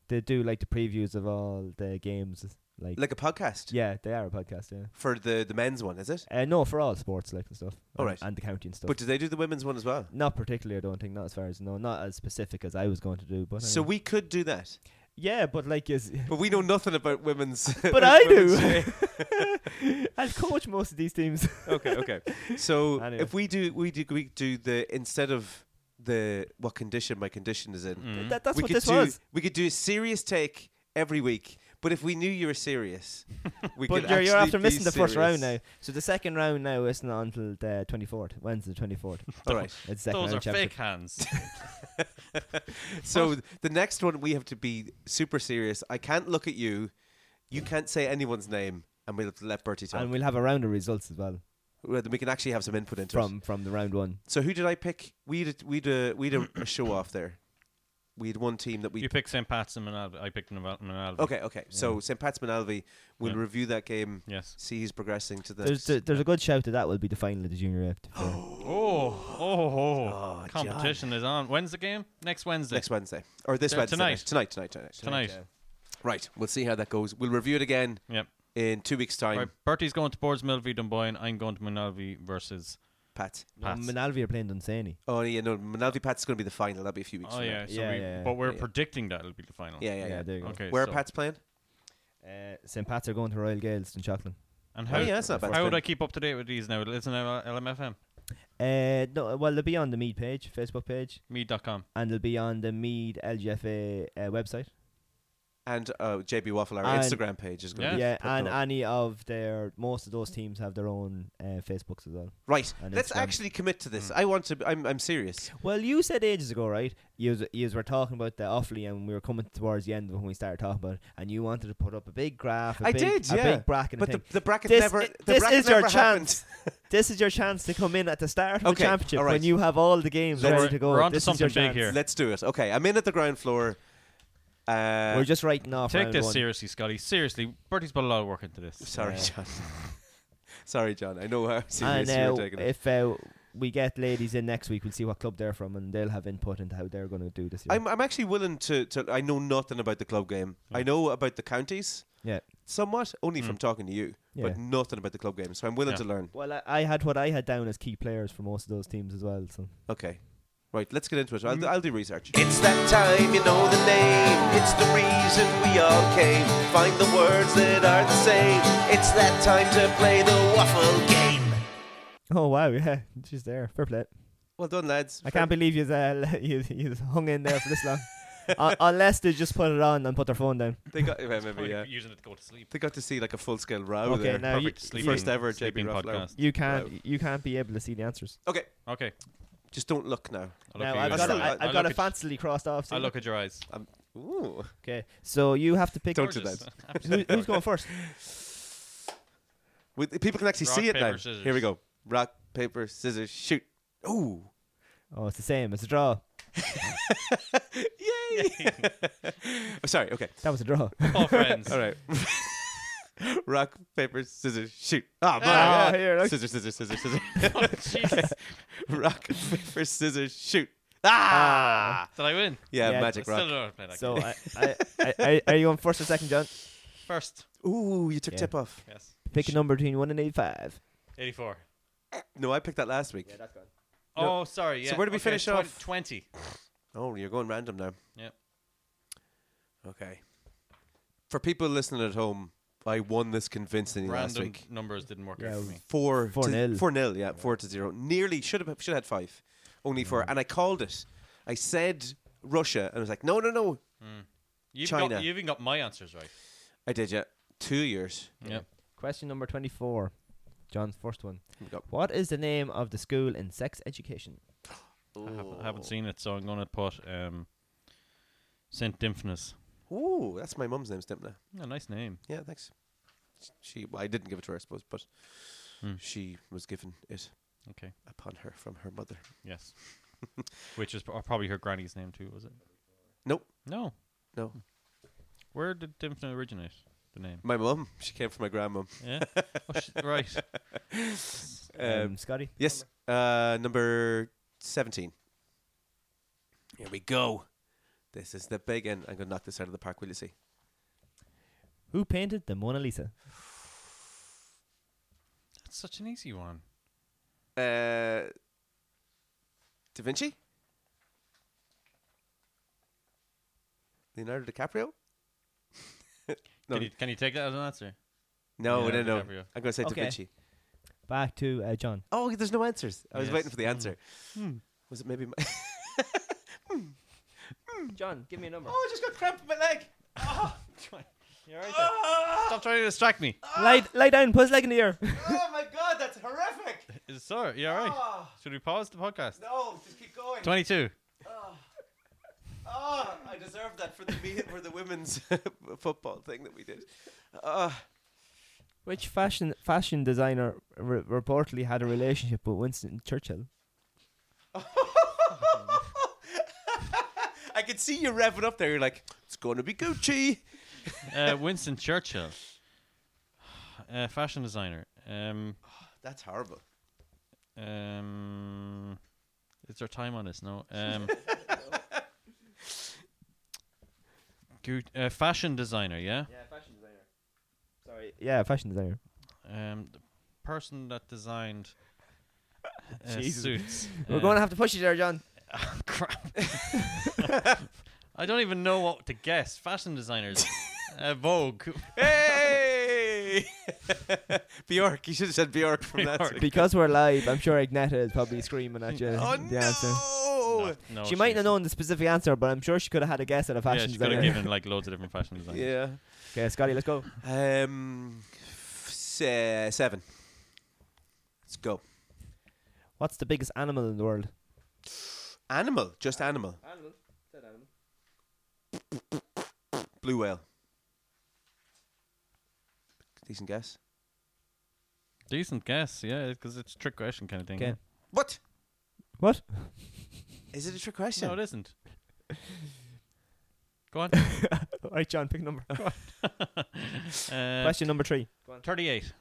They do like the previews of all the games, like,
Like a podcast
yeah, they are a podcast, yeah.
for the the men's one, is it?
Uh, no, for all sports, like and stuff.
All
and,
right.
and the county and stuff.
But do they do the women's one as well?
not particularly, I don't think. Not as far as no, not as specific as I was going to do. But
So
anyway.
we could do that,
yeah, but like is.
but we know nothing about women's.
But I
women's
do.
shape.
I coach most of these teams.
okay, okay. So
Anyway.
if we do, we do, we do the instead of the what condition my condition is in.
mm.
That, that's
we
what
could
this
do,
was.
We could do a serious take every week. But if we knew you were serious, we
But
could
you're, you're
actually
after
be
missing the first round
serious.
now. So the second round now isn't until the 24th, Wednesday the 24th.
All right.
It's the second
Those
round
are fake
championship.
hands.
So the next one we have to be super serious. I can't look at you. You can't say anyone's name, and we'll have to let Bertie talk.
And we'll have a round of results as well
Well, then we can actually have some input into it.
from from the round one.
So who did I pick? We had a, we had a, we had a, a show off there. We had one team that we
you picked St. Pat's and Manal- I picked Manal-
okay okay. So St Pat's Manalvi. We'll
Yeah.
review that game.
Yes.
See who's progressing to the.
There's a, there's a good shout that that will be the final of the junior A. to be fair.
Oh, oh, oh. competition is on. When's the game? Next Wednesday.
next Wednesday or this
Yeah,
Wednesday
tonight.
night. tonight tonight tonight
Tonight.
Right. We'll see how that goes. We'll review it again
Yep.
in two weeks' time.
Right. Bertie's going to Boardsmill v Dunboyne. I'm going to Manalvi versus
Pat.
Well,
Pat's.
Manalvi are playing Dunsany.
Oh yeah, no. Manalvi Pat's going to be the final. That'll be a few weeks.
Oh
from now.
yeah, so
Yeah,
we,
yeah, yeah.
but we're
Yeah.
predicting that it'll be the final.
Yeah, yeah,
Yeah,
yeah.
there you go.
Okay.
Where are
so-
Pat's playing?
Uh, St. Pat's are going to Royal Gales in Chocolate.
And
Oh,
how,
yeah, that's not bad.
how would I keep up to date with these now? It's an L- LMFM.
Uh, no, well, they'll be on the Mead page, Facebook page,
Me.com.
and they'll be on the Mead LGFA uh, website.
And uh, JB Waffle, our
And-
Instagram page is going
Yeah.
to
Yeah,
be putting
and
up.
any of their most of those teams have their own uh, Facebooks as well.
Right.
and
Let's
Instagram. Hmm.
actually commit to this. I want to. b- I'm. I'm serious.
Well, you said ages ago, right? You were talking about the Offaly, and we were coming towards the end of it when we started talking about it, and you wanted to put up a big graph. a
I
big,
did.
a
yeah.
big bracket.
But
thing.
the, the bracket
This
never.
i-
the
this
bracket
is
never
your
happened.
chance. this is your chance to come in at the start of
Okay,
the championship
all right.
when you have all the games
So
ready
we're-
to go.
we're onto
This is your
something big
chance.
here.
Let's do it. Okay. I'm in at the ground floor. Uh,
We're just writing off.
Take
round
this
one.
seriously, Scotty. Seriously, Bertie's put a lot of work into this.
Sorry, John. sorry, John. I know how serious
And
you're
uh,
taking it.
if uh, we get ladies in next week, we'll see what club they're from, and they'll have input into how they're going to do this. Year.
I'm. I'm actually willing to, to. I know nothing about the club game. I know about the counties
yeah.
somewhat, only from talking to you, but
Mm. Yeah.
nothing about the club game. So I'm willing
Yeah.
to learn.
Well, I, I had what I had down as key players for most of those teams as well. So
Okay. Right, let's get into it. I'll, do- I'll do research.
Mm. It's that time, you know the name. It's the reason we all came. Find the words that are the same. It's that time to play the waffle game.
oh wow, yeah, she's there. Fair play.
Well done, lads.
I can't believe you uh, you you hung in there for this long. Un- unless they just put it on and put their phone down.
They got, yeah, maybe,
Probably
Oh, yeah.
Using it to go to sleep.
They got to see like a full scale row
Okay,
there.
now you,
Perfect
you,
sleeping,
First ever JB
sleeping
Ruffalo.
podcast.
you can't you can't be able to see the answers.
Okay,
Okay.
just don't look now.
I'll
Now
look at
I've
you.
got a,
I'll
I, I've
look-
I'll
got
look
it
at you.
fancily crossed off. see?
I'll look at your eyes.
Um, ooh.
Okay, so you have to pick.
Don't do
Gorgeous.
that.
Who, who's going first?
With, people can actually
Rock,
see it now.
paper, scissors.
Here we go. Rock, paper, scissors, shoot. Ooh.
Oh, it's the same. It's a draw.
Yay! Sorry, okay.
That was a draw.
All friends.
All right. Rock, paper, scissors, shoot. Ah, oh,
Ah, here, look.
Scissors, scissors, scissors, scissors.
Oh, Jesus.
rock, paper, scissors, shoot. Ah!
Did I win?
Yeah, magic
I
rock.
Oh. still don't know how to play that
So,
game.
I, I, I, I, are you on first or second, John?
First.
Ooh, you took
Yeah.
tip off.
Yes.
Pick a number between one and eighty-five.
84.
No, I picked that last week.
that's good.
Oh, sorry.
So
Yeah.
where do we
okay,
finish
twen-
off?
20.
Oh, you're going random now.
Yep.
Okay. For people listening at home, I won this convincingly last
Random
week.
numbers didn't work
Yeah,
out for me.
Four,
Four
to,
nil.
Four nil. Yeah, four to zero. Nearly should have should have had five, only four. And I called it. I said Russia, and I was like, no, no, no.
You've
China.
Got, you even got my answers right.
I did yeah. Two years.
Yep.
Question number twenty-four. John's first one.
Here we go.
What is the name of the school in sex education?
I haven't, I haven't seen it, so I'm going to put um, St. Dimphnus.
Ooh, that's my mum's name, Stimpna.
Yeah, nice name.
Yeah, thanks. She, well, I didn't give it to her, I suppose, but
Hmm.
she was given it
Okay.
upon her from her mother.
Yes. Which is pro- probably her granny's name, too, was it?
Nope,
No.
no,
Where did Dimphnus originate? The name.
my mum. She came from my grandmum.
Yeah. oh, sh- right.
Um,
Um,
Scotty.
yes, uh, number seventeen. Here we go. This is the big end. I'm gonna knock this out of the park. Will you see?
Who painted the Mona Lisa?
That's such an easy one.
Uh, da Vinci, Leonardo DiCaprio. No.
Can, you, can you take that as an answer?
No,
Yeah,
no, no.
DiCaprio.
I'm gonna say
Okay.
Da Vinci.
Back to uh, John.
Oh, there's no answers. I was
Yes. Hmm.
waiting for the answer. Was it maybe? My
John, give me a number.
oh, I just got cramp in my leg.
You're right there. Stop trying to distract me.
Lie, lie down. Put his leg in the air.
Oh my god, that's horrific. Ah,
Is Sir, you all right?
Ah.
Should we pause the podcast?
No, just keep going.
22.
Oh, I deserve that for the me- for the women's football thing that we did. Uh,
Which fashion fashion designer re- reportedly had a relationship with Winston Churchill?
I could see you revving up there. You're like, it's going to be Gucci.
Uh, Winston Churchill. Uh, fashion designer. Um,
That's horrible.
um, is there time on this? No. Um, Gu- uh, fashion designer, yeah?
Yeah, fashion designer. Sorry. Yeah, fashion designer.
Um, the person that designed uh,
Jesus.
suits. Uh,
We're going to have to push you there, John.
crap. I don't even know what to guess. Fashion designers. Uh, Vogue.
Hey, Bjork. You should have said Bjork from last
Bjork.
week.
Because we're live, I'm sure Agneta is probably screaming at you.
Oh
the answer.
no!
No,
Oh, she might
she's-
not known the specific answer, but I'm sure she could have had a guess at a
Oh, Yeah,
fashion
she could
designer.
have given like loads of different fashion designers.
Yeah.
okay, Scotty, let's go.
Um, f- se- seven. Let's go.
What's the biggest animal in the world?
Animal, just animal.
Animal. Dead animal.
Blue whale. Decent guess.
Decent guess, yeah, because it's a trick question kind of thing.
Okay.
What?
What?
Is it a trick
yeah.
question?
No, it isn't. Go on.
All right, John, pick a number.
Uh,
Question number three.
38.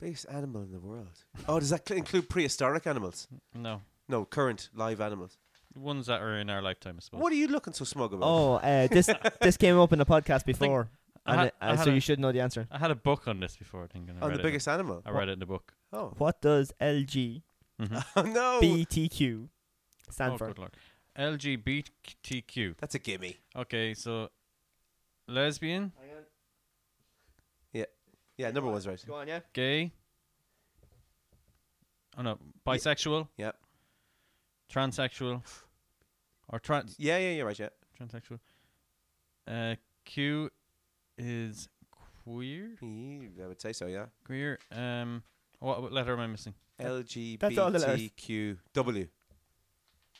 Biggest animal in the world. Oh, does that cl- include prehistoric animals?
Hmm. No.
No, current live animals.
Ones that are in our lifetime, I suppose.
What are you looking so smug about?
Oh, uh, this this came up in the podcast before,
I
and
had-
it-
I
uh,
had
so
a-
you Oh, should know the answer.
I had a book on this before, I think. And I
on
read
the
it.
biggest animal.
I read it in the book.
Oh,
What does LG
oh no!
BTQ stand
oh,
for?
good lord. LGBTQ.
That's a gimme.
Okay, so lesbian,
Yeah, yeah. Number one's right.
on, yeah.
gay. Oh no, bisexual,
Yeah,
transsexual, or trans
yeah, yeah. You're right. Yeah.
transsexual. Uh, Q is queer.
Mm, I would say so. Yeah.
Queer. Um, what what letter am I missing?
that's all the letters.
LGBTQW.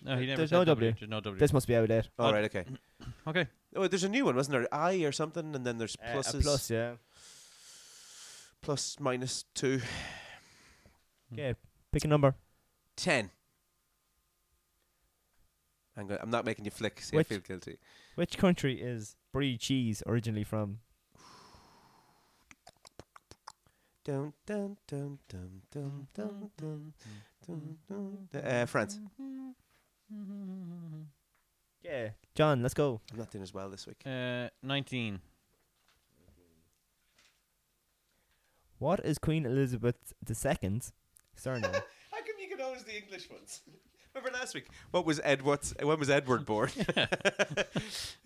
No, he never
Uh, There's
said
no W.
There's no W.
This must be out of date.
All right. Okay.
okay.
Oh, there's a new one, wasn't there? I or something, and then there's
Uh, a
pluses.
plus, yeah.
plus minus two.
Hmm.
Okay, pick a number.
Ten. I'm, go- I'm not making you flick. See,
Which-
I feel guilty.
Which country is brie cheese originally from?
Dun, dun, dun, dun, dun, dun, dun, dun, dun, dun. Uh, France.
Yeah. John, let's go.
I'm not doing as well this week.
Uh, 19.
What is Queen Elizabeth II's surname? Uh,
How come you can always the English ones? Remember last week? What was Edward's? When was Edward born?
it's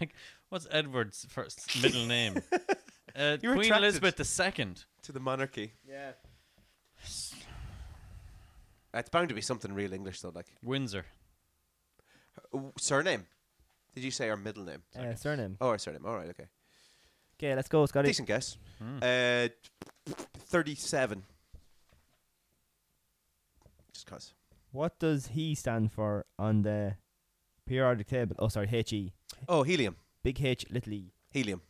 like, what's Edward's first middle name? Uh,
You were
Queen
attracted
Elizabeth II.
to the monarchy.
Yeah.
It's bound to be something real English though, like
Windsor.
Oh, surname. Did you say our middle name?
Uh, surname.
Oh, our surname. All right, okay.
Okay, let's go, Scotty.
Decent guess.
Hmm.
Uh, thirty-seven. Just cause.
What does he stand for on the periodic table? Oh, sorry, HE.
Oh, helium.
Big H, little e.
Helium.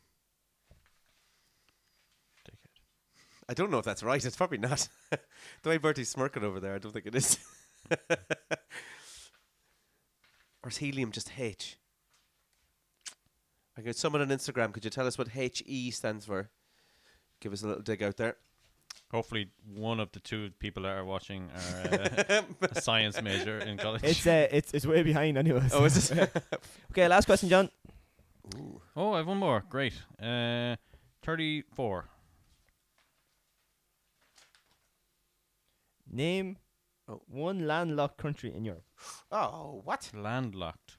I don't know if that's right. It's probably not. the way Bertie's smirking over there, I don't think it is. or is helium just H? Okay, someone on Instagram, could you tell us what HE stands for? Give us a little dig out there.
Hopefully, one of the two people that are watching are uh, a science major in college.
It's uh, it's it's way behind anyway.
Oh, is
so-
it?
okay, last question, John.
oh, I have one more. Great. Uh, 34.
Name one landlocked country in Europe.
Oh, what?
Landlocked.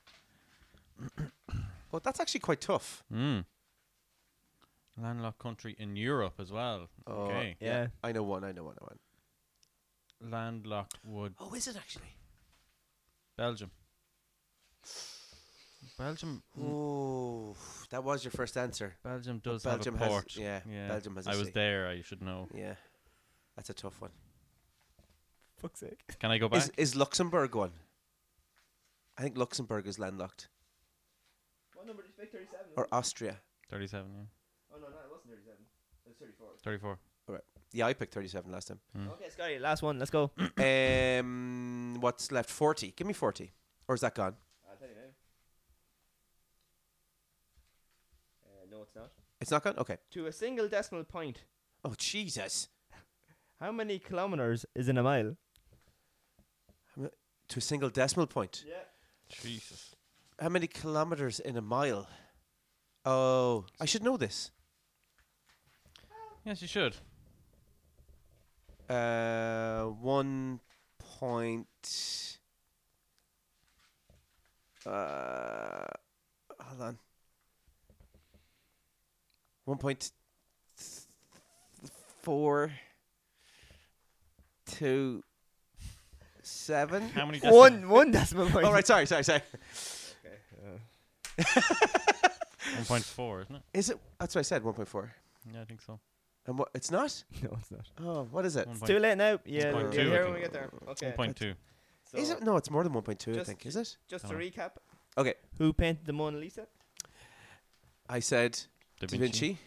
Well, that's actually quite tough.
Mm. Landlocked country in Europe as well.
Oh,
okay.
Yeah.
I know one. I know one. I know one.
Landlocked would
Oh, is it actually?
Belgium. Belgium.
Oh, that was your first answer.
Belgium
But
does
Belgium
have a
has-
port.
yeah, Belgium has a
I was
sea.
there. I should know.
Yeah, that's a tough one.
Fuck's sake.
Can I go back?
Is, is Luxembourg one? I think Luxembourg is landlocked.
What number did you pick? Thirty-seven.
Or Austria.
37, yeah.
Oh no, no, it wasn't thirty-seven. It was thirty-four.
34.
All right. Yeah, I picked 37 last time.
Okay, Scotty, last one. Let's go.
Hmm. um, what's left? 40. Give me 40. Or is that gone?
I'll tell you now. Uh, no, it's not.
It's not gone? Okay.
To a single decimal point,
Oh, Jesus.
how many kilometers is in a mile?
To a single decimal point.
Yeah.
Jesus.
How many kilometers in a mile? Oh, I should know this.
Yes, you should.
Uh, one point. Uh, hold on. One point th- four two seven.
How many decimal-
One one decimal point.
All right, sorry, sorry, sorry.
1.4, isn't it?
Is it? That's what I said. One point four.
Yeah, I think so.
And what? It's not.
No, it's not.
Oh, what is it?
One
Is
point-
Too late now. Yeah,
point
we'll
two, I
hear
think.
when we get there. Okay.
1.2.
So,
it? No, it's more than one point two. I
Just-
think. Is it?
Just to
Come on.
recap,
Okay.
who painted the Mona Lisa?
I said
Da
Da
Vinci.
Vinci.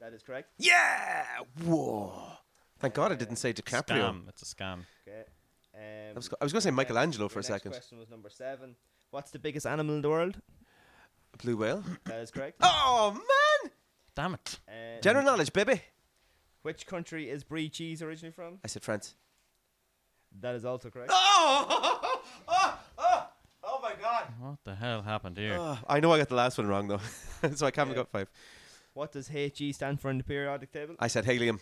That is correct.
Yeah! Whoa! Thank God I didn't say DiCaprio.
Scam. It's a scam.
Okay. Um,
I was, go- I was going to say Michelangelo for
your
a
next
second.
question was number seven. What's the biggest animal in the world?
Blue whale.
That is correct.
Oh, man!
Damn it.
Um,
General knowledge, baby.
Which country is brie cheese originally from?
I said France.
That is also correct.
Oh! Oh! Oh! Oh, my God!
What the hell happened here?
Oh, I know I got the last one wrong, though. so I haven't got five.
What does HE stand for in the periodic table?
I said helium.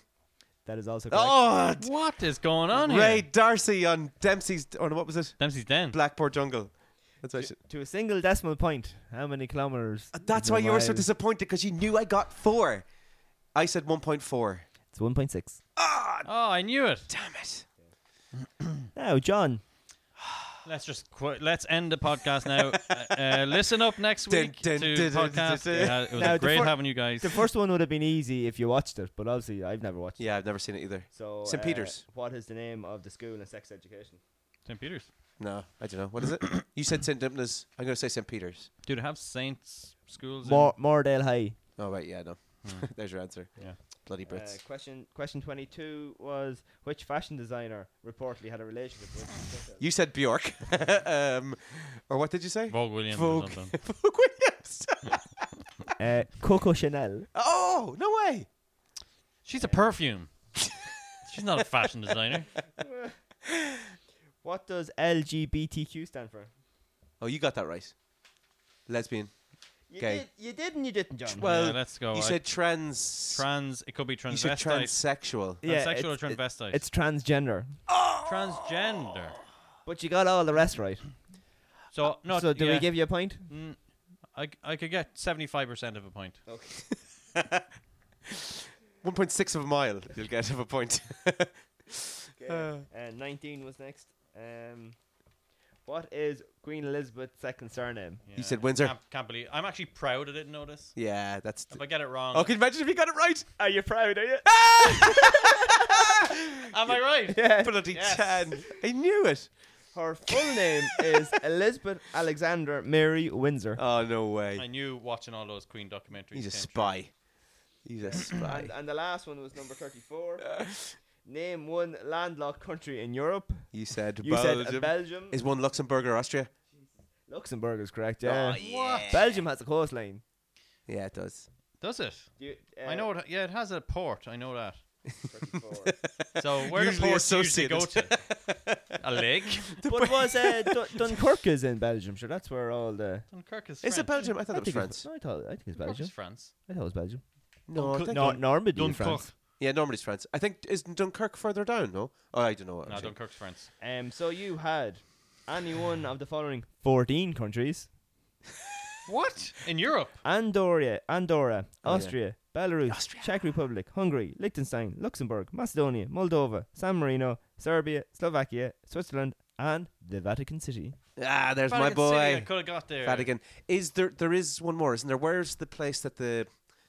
That is also correct.
Oh! d-
what is going on here?
Ray Darcy on Dempsey's. Or no, what was it?
Dempsey's Den.
Blackboard Jungle. That's why, I
To,
should-
to a single decimal point, how many kilometers?
That's
is in
why
a
you were so
mile?
disappointed because you knew I got four. I said 1.4.
It's one point six.
oh, I knew it.
Damn it.
Now, John.
Let's just qu- let's end the podcast now. uh, uh, listen up next
Dun,
week
dun,
to
dun, dun,
podcast.
dun, dun.
Yeah, it was
Now, the
great
fir-
having you guys.
The first one would have been easy if you watched it, but obviously I've never watched it.
Yeah, I've never seen it either.
So
St.
uh,
Peter's.
What is the name of the school in sex education?
St. Peter's.
No, I don't know. What is it? you said St. Dimna's. I'm going to say St. Peter's.
Do they have saints schools? in-
Mor- Mordale High.
Oh, right. Yeah, no. There's your answer.
Hmm. Yeah.
Bloody
Uh,
Brits.
question question 22 was which fashion designer reportedly had a relationship with
you said Bjork. um, or what did you say?
Vogue Williams or
Vogue,
something.
Vogue Williams.
uh, Coco Chanel.
oh, no way.
She's a perfume. She's not a fashion designer.
What does LGBTQ stand for?
Oh, you got that right. Lesbian.
You
gay.
did, you did, and you didn't, John.
Well,
Yeah, let's go.
You
I-
said trans.
Trans. It could be
You said
transvestite.
transsexual. Uh,
Yeah,
Transsexual or
it's- it-
transvestite?
It's transgender.
transgender.
But you got all the rest right.
Oh,
So no.
so do
yeah.
we give you a point?
Mm, I c- I could get seventy five percent of a point.
Okay.
1.6 of a mile, you'll get of a point.
Uh, 19 was next. Um, what is Queen Elizabeth's second surname?
You said Windsor.
Can't, can't believe. I'm actually proud I didn't know this.
yeah, that's.
If I get it wrong,
Oh, can you imagine if you got it right?
Are you proud? Are you?
am I right?
Bloody
Yes.
Chan. I knew it.
Her full name is Elizabeth Alexander Mary Windsor.
Oh, no
I
way.
knew watching all those Queen documentaries.
He's a
came
spy. He's a spy.
And, and the last one was number 34. Name one landlocked country in Europe.
You said
You
Belgium.
said uh, Belgium.
Is one Luxembourg or Austria?
Luxembourg is correct, yeah.
yeah.
Belgium has a coastline.
Yeah, it does.
through. Does it?
You-
I
uh,
know. It, yeah, it has a port. I know that.
34.
So where do
Usually
ports usually go
associated.
to? a lake.
but it was uh, Dun- Dunkirk is in Belgium, sure. That's where all the.
Dunkirk is.
Is it
French.
Belgium? I thought it was
think it's-
France.
No, I thought, I think it's
Dunkirk
Belgium.
is France.
I thought it was Belgium.
No, I think
No,
Dun-
Normandy is
Dunkirk.
France.
Yeah, Normandy's France. I think isn't Dunkirk further down? No, oh, I don't
No,
know. actually.
Dunkirk's France.
Um, so you had any one of the following 14 countries
What in Europe?
Andorra, Andorra,
Oh, yeah.
Austria, Belarus, Czech Republic, Hungary, Liechtenstein, Luxembourg, Macedonia, Moldova, San Marino, Serbia, Slovakia, Switzerland, and the Vatican City.
Ah, there's my
Vatican City, I
boy.
could have got there.
Vatican. Is there? There is one more, isn't there? Where's the place that the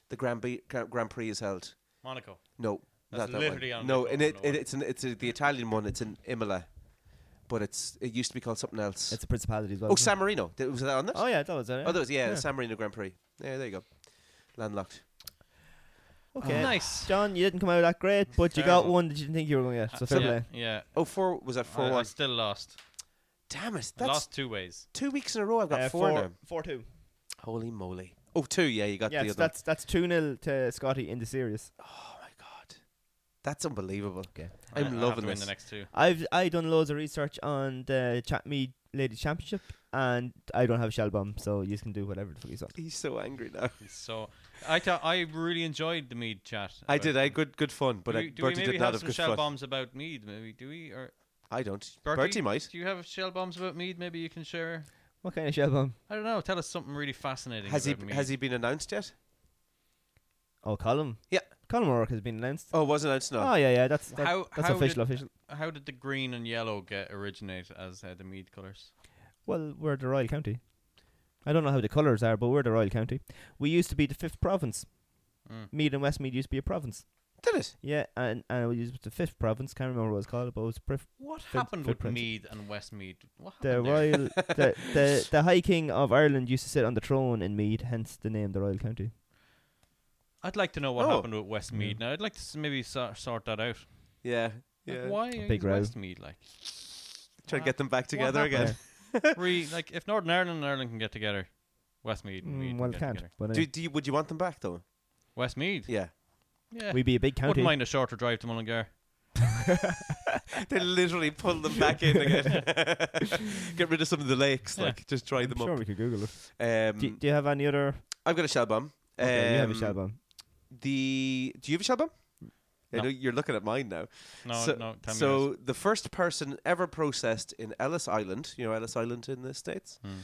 the Grand, B- Gra- Grand Prix is held?
Monaco.
No,
That's
not that
literally
one.
on
No,
the
and it,
corner,
it
no.
it's an, it's a, the Italian one. It's in Imola, but it's it used to be called something else.
It's a principality as well.
oh,
isn't
San Marino. Th- Was that on
it?
that?
Oh, yeah, that was it.
Oh, that was yeah, San Marino Grand Prix. Yeah, there you go. Landlocked.
Okay.
Nice.
John, you didn't come out that great, but you got
Terrible.
one that you didn't think you were going to get. So fair
yeah,
play.
yeah.
Oh, four was that four
I, I
one?
still lost.
Damn it!
I
That's
lost two ways.
two weeks in a row. I've got
Uh,
four, now.
4 2.
Holy moly! Oh, two. Yeah, you got
Yeah,
the
so
other. one.
that's, that's 2 0 to Scotty in the series.
Oh my god, that's unbelievable.
Okay.
I- I'll
I'm
have
loving
to win
this.
the next two.
I've I done loads of research on the Chat Me Ladies Championship, and I don't have a shell bomb, so you can do whatever the fuck you want.
He's so angry now.
So I thought I really enjoyed the mead chat.
I
about
did.
it.
I had good good fun, but
do
I,
we, do we
Bertie
maybe
did
have
not have
some
good
shell
fun.
bombs about mead? Maybe do we or
I don't.
Bertie,
Bertie, might
Do you have shell bombs about mead? Maybe you can share.
What kind of shell bomb?
I don't know. Tell us something really fascinating.
has he
about mead.
has he been announced yet?
Oh, Colin.
Yeah.
Colin O'Rourke has been announced.
Oh, was announced no.
Oh, yeah, yeah. That's that,
How-
that's
how
official.
did-
Official.
How did the green and yellow get originate as uh, the mead colours?
Well, we're the Royal County. I don't know how the colours are, but we're the Royal County. We used to be the fifth province.
Mm.
Mead and Westmead used to be a province.
Did it?
Yeah, and, and we used the fifth province. Can't remember what it was called, but it was prif-
What
Fin-
happened with
footprint.
mead and Westmead? What
the
happened there?
royal the, the the High King of Ireland used to sit on the throne in Mead, hence the name the Royal County.
I'd like to know what
Oh.
happened with Westmead.
Mm.
Now I'd like to s- maybe sor- sort that out.
Yeah.
Like,
Yeah.
why is
big row.
Westmead like?
Trying to get them back
What
together again.
Re, like if Northern Ireland and Ireland can get together, Westmead and Mead
Mm,
can
well,
get
it can't.
together.
But
Do,
anyway.
do you, would you want them back though?
Westmead,
Yeah.
yeah,
we'd be a big county.
wouldn't mind a shorter drive to Mullingar.
they literally pull them back in again. get rid of some of the lakes,
Yeah.
like just dry
I'm
them
sure
up.
we could Google it.
Um,
Do, do you have any other?
I've got a shell bomb.
Okay, you have a
Um,
shell bomb.
The do you have a shell bomb?
No.
I know you're looking at mine now.
No,
so,
no, tell me
so
yours.
the first person ever processed in Ellis Island, you know Ellis Island in the states,
Hmm.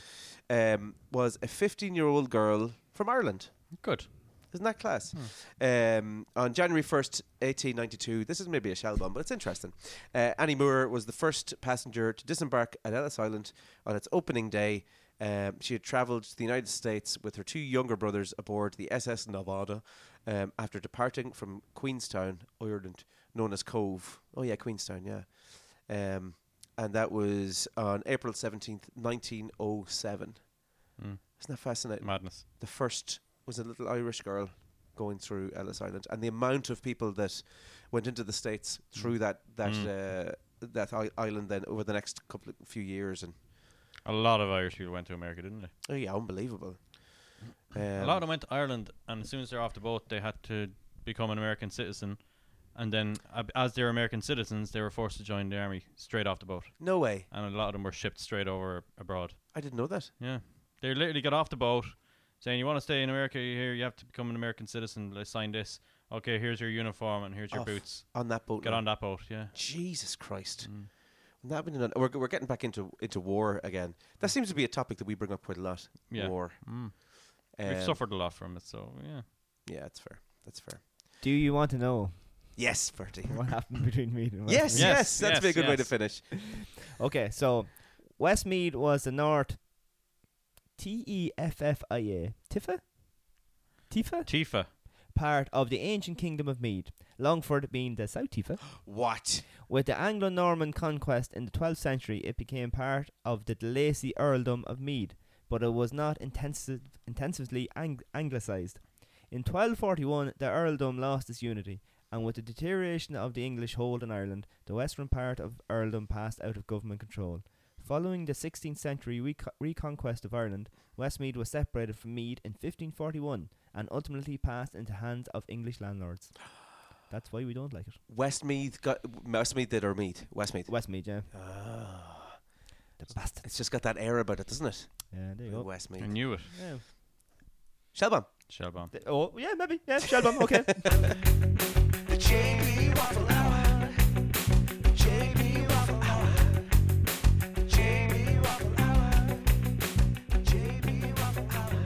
um, was a 15-year-old girl from Ireland.
good.
Isn't that class? Um, on January 1st, 1892, this is maybe a shell bomb, but it's interesting. Uh, Annie Moore was the first passenger to disembark at Ellis Island on its opening day. Um, she had travelled to the United States with her two younger brothers aboard the SS Nevada um, after departing from Queenstown, Ireland, known as Cove. Oh, yeah, Queenstown, yeah. Um, and that was on April 17th, 1907. Isn't that fascinating?
Madness.
the first was a little Irish girl going through Ellis Island, and the amount of people that went into the states
Mm.
through that that uh, that I- island then over the next couple of few years, and
A lot of Irish people went to America, didn't they?
oh yeah, unbelievable.
Mm.
Um,
a lot of them went to Ireland, and as soon as they're off the boat, they had to become an American citizen. And then, ab- as they're American citizens, they were forced to join the army straight off the boat.
No way.
And a lot of them were shipped straight over abroad.
I didn't know that.
Yeah. They literally got off the boat saying, You want to stay in America You're here, you have to become an American citizen. Let's sign this. Okay, here's your uniform and here's your
Off
boots.
on that boat
Get
now.
on Mm. that boat, yeah.
Jesus Christ. Wouldn't That would be an- we're, we're getting back into into war again. That seems to be a topic that we bring up quite a lot.
Mm. Yeah.
War.
Mm.
Um,
We've suffered a lot from it, so yeah.
Yeah, that's fair. That's fair.
Do you want to know?
Yes, Bertie.
What happened between Mead and Westmead?
Yes, Yes, yes, that'd be a yes, good way to yes. finish.
okay, so Westmead was the North T E F F I A Tifa? Tifa?
Tifa.
Part of the ancient kingdom of Mead, Longford being the South Tifa.
What?
With the Anglo Norman conquest in the 12th century, it became part of the de Lacy earldom of Mead, but it was not intensive, intensively ang- anglicised. In 1241, the earldom lost its unity, and with the deterioration of the English hold in Ireland, the western part of earldom passed out of government control. Following the 16th century reco- reconquest of Ireland, Westmead was separated from Mead in 1541 and ultimately passed into hands of English landlords. That's why we don't like it.
Westmeath got Westmeath did or Meath? Westmeath.
Westmeath, yeah.
Ah.
The bastard.
It's just got that air about it, doesn't it?
Yeah, there you go.
Westmeath.
I knew it.
Yeah.
Shellbomb.
Shellbomb.
Oh, yeah, maybe. Yeah, Shellbomb, okay.
The JB Waffle Hour. JB Waffle Hour. JB Waffle Hour. JB Waffle Hour.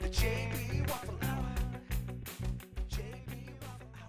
The JB Waffle Hour. JB Waffle Hour.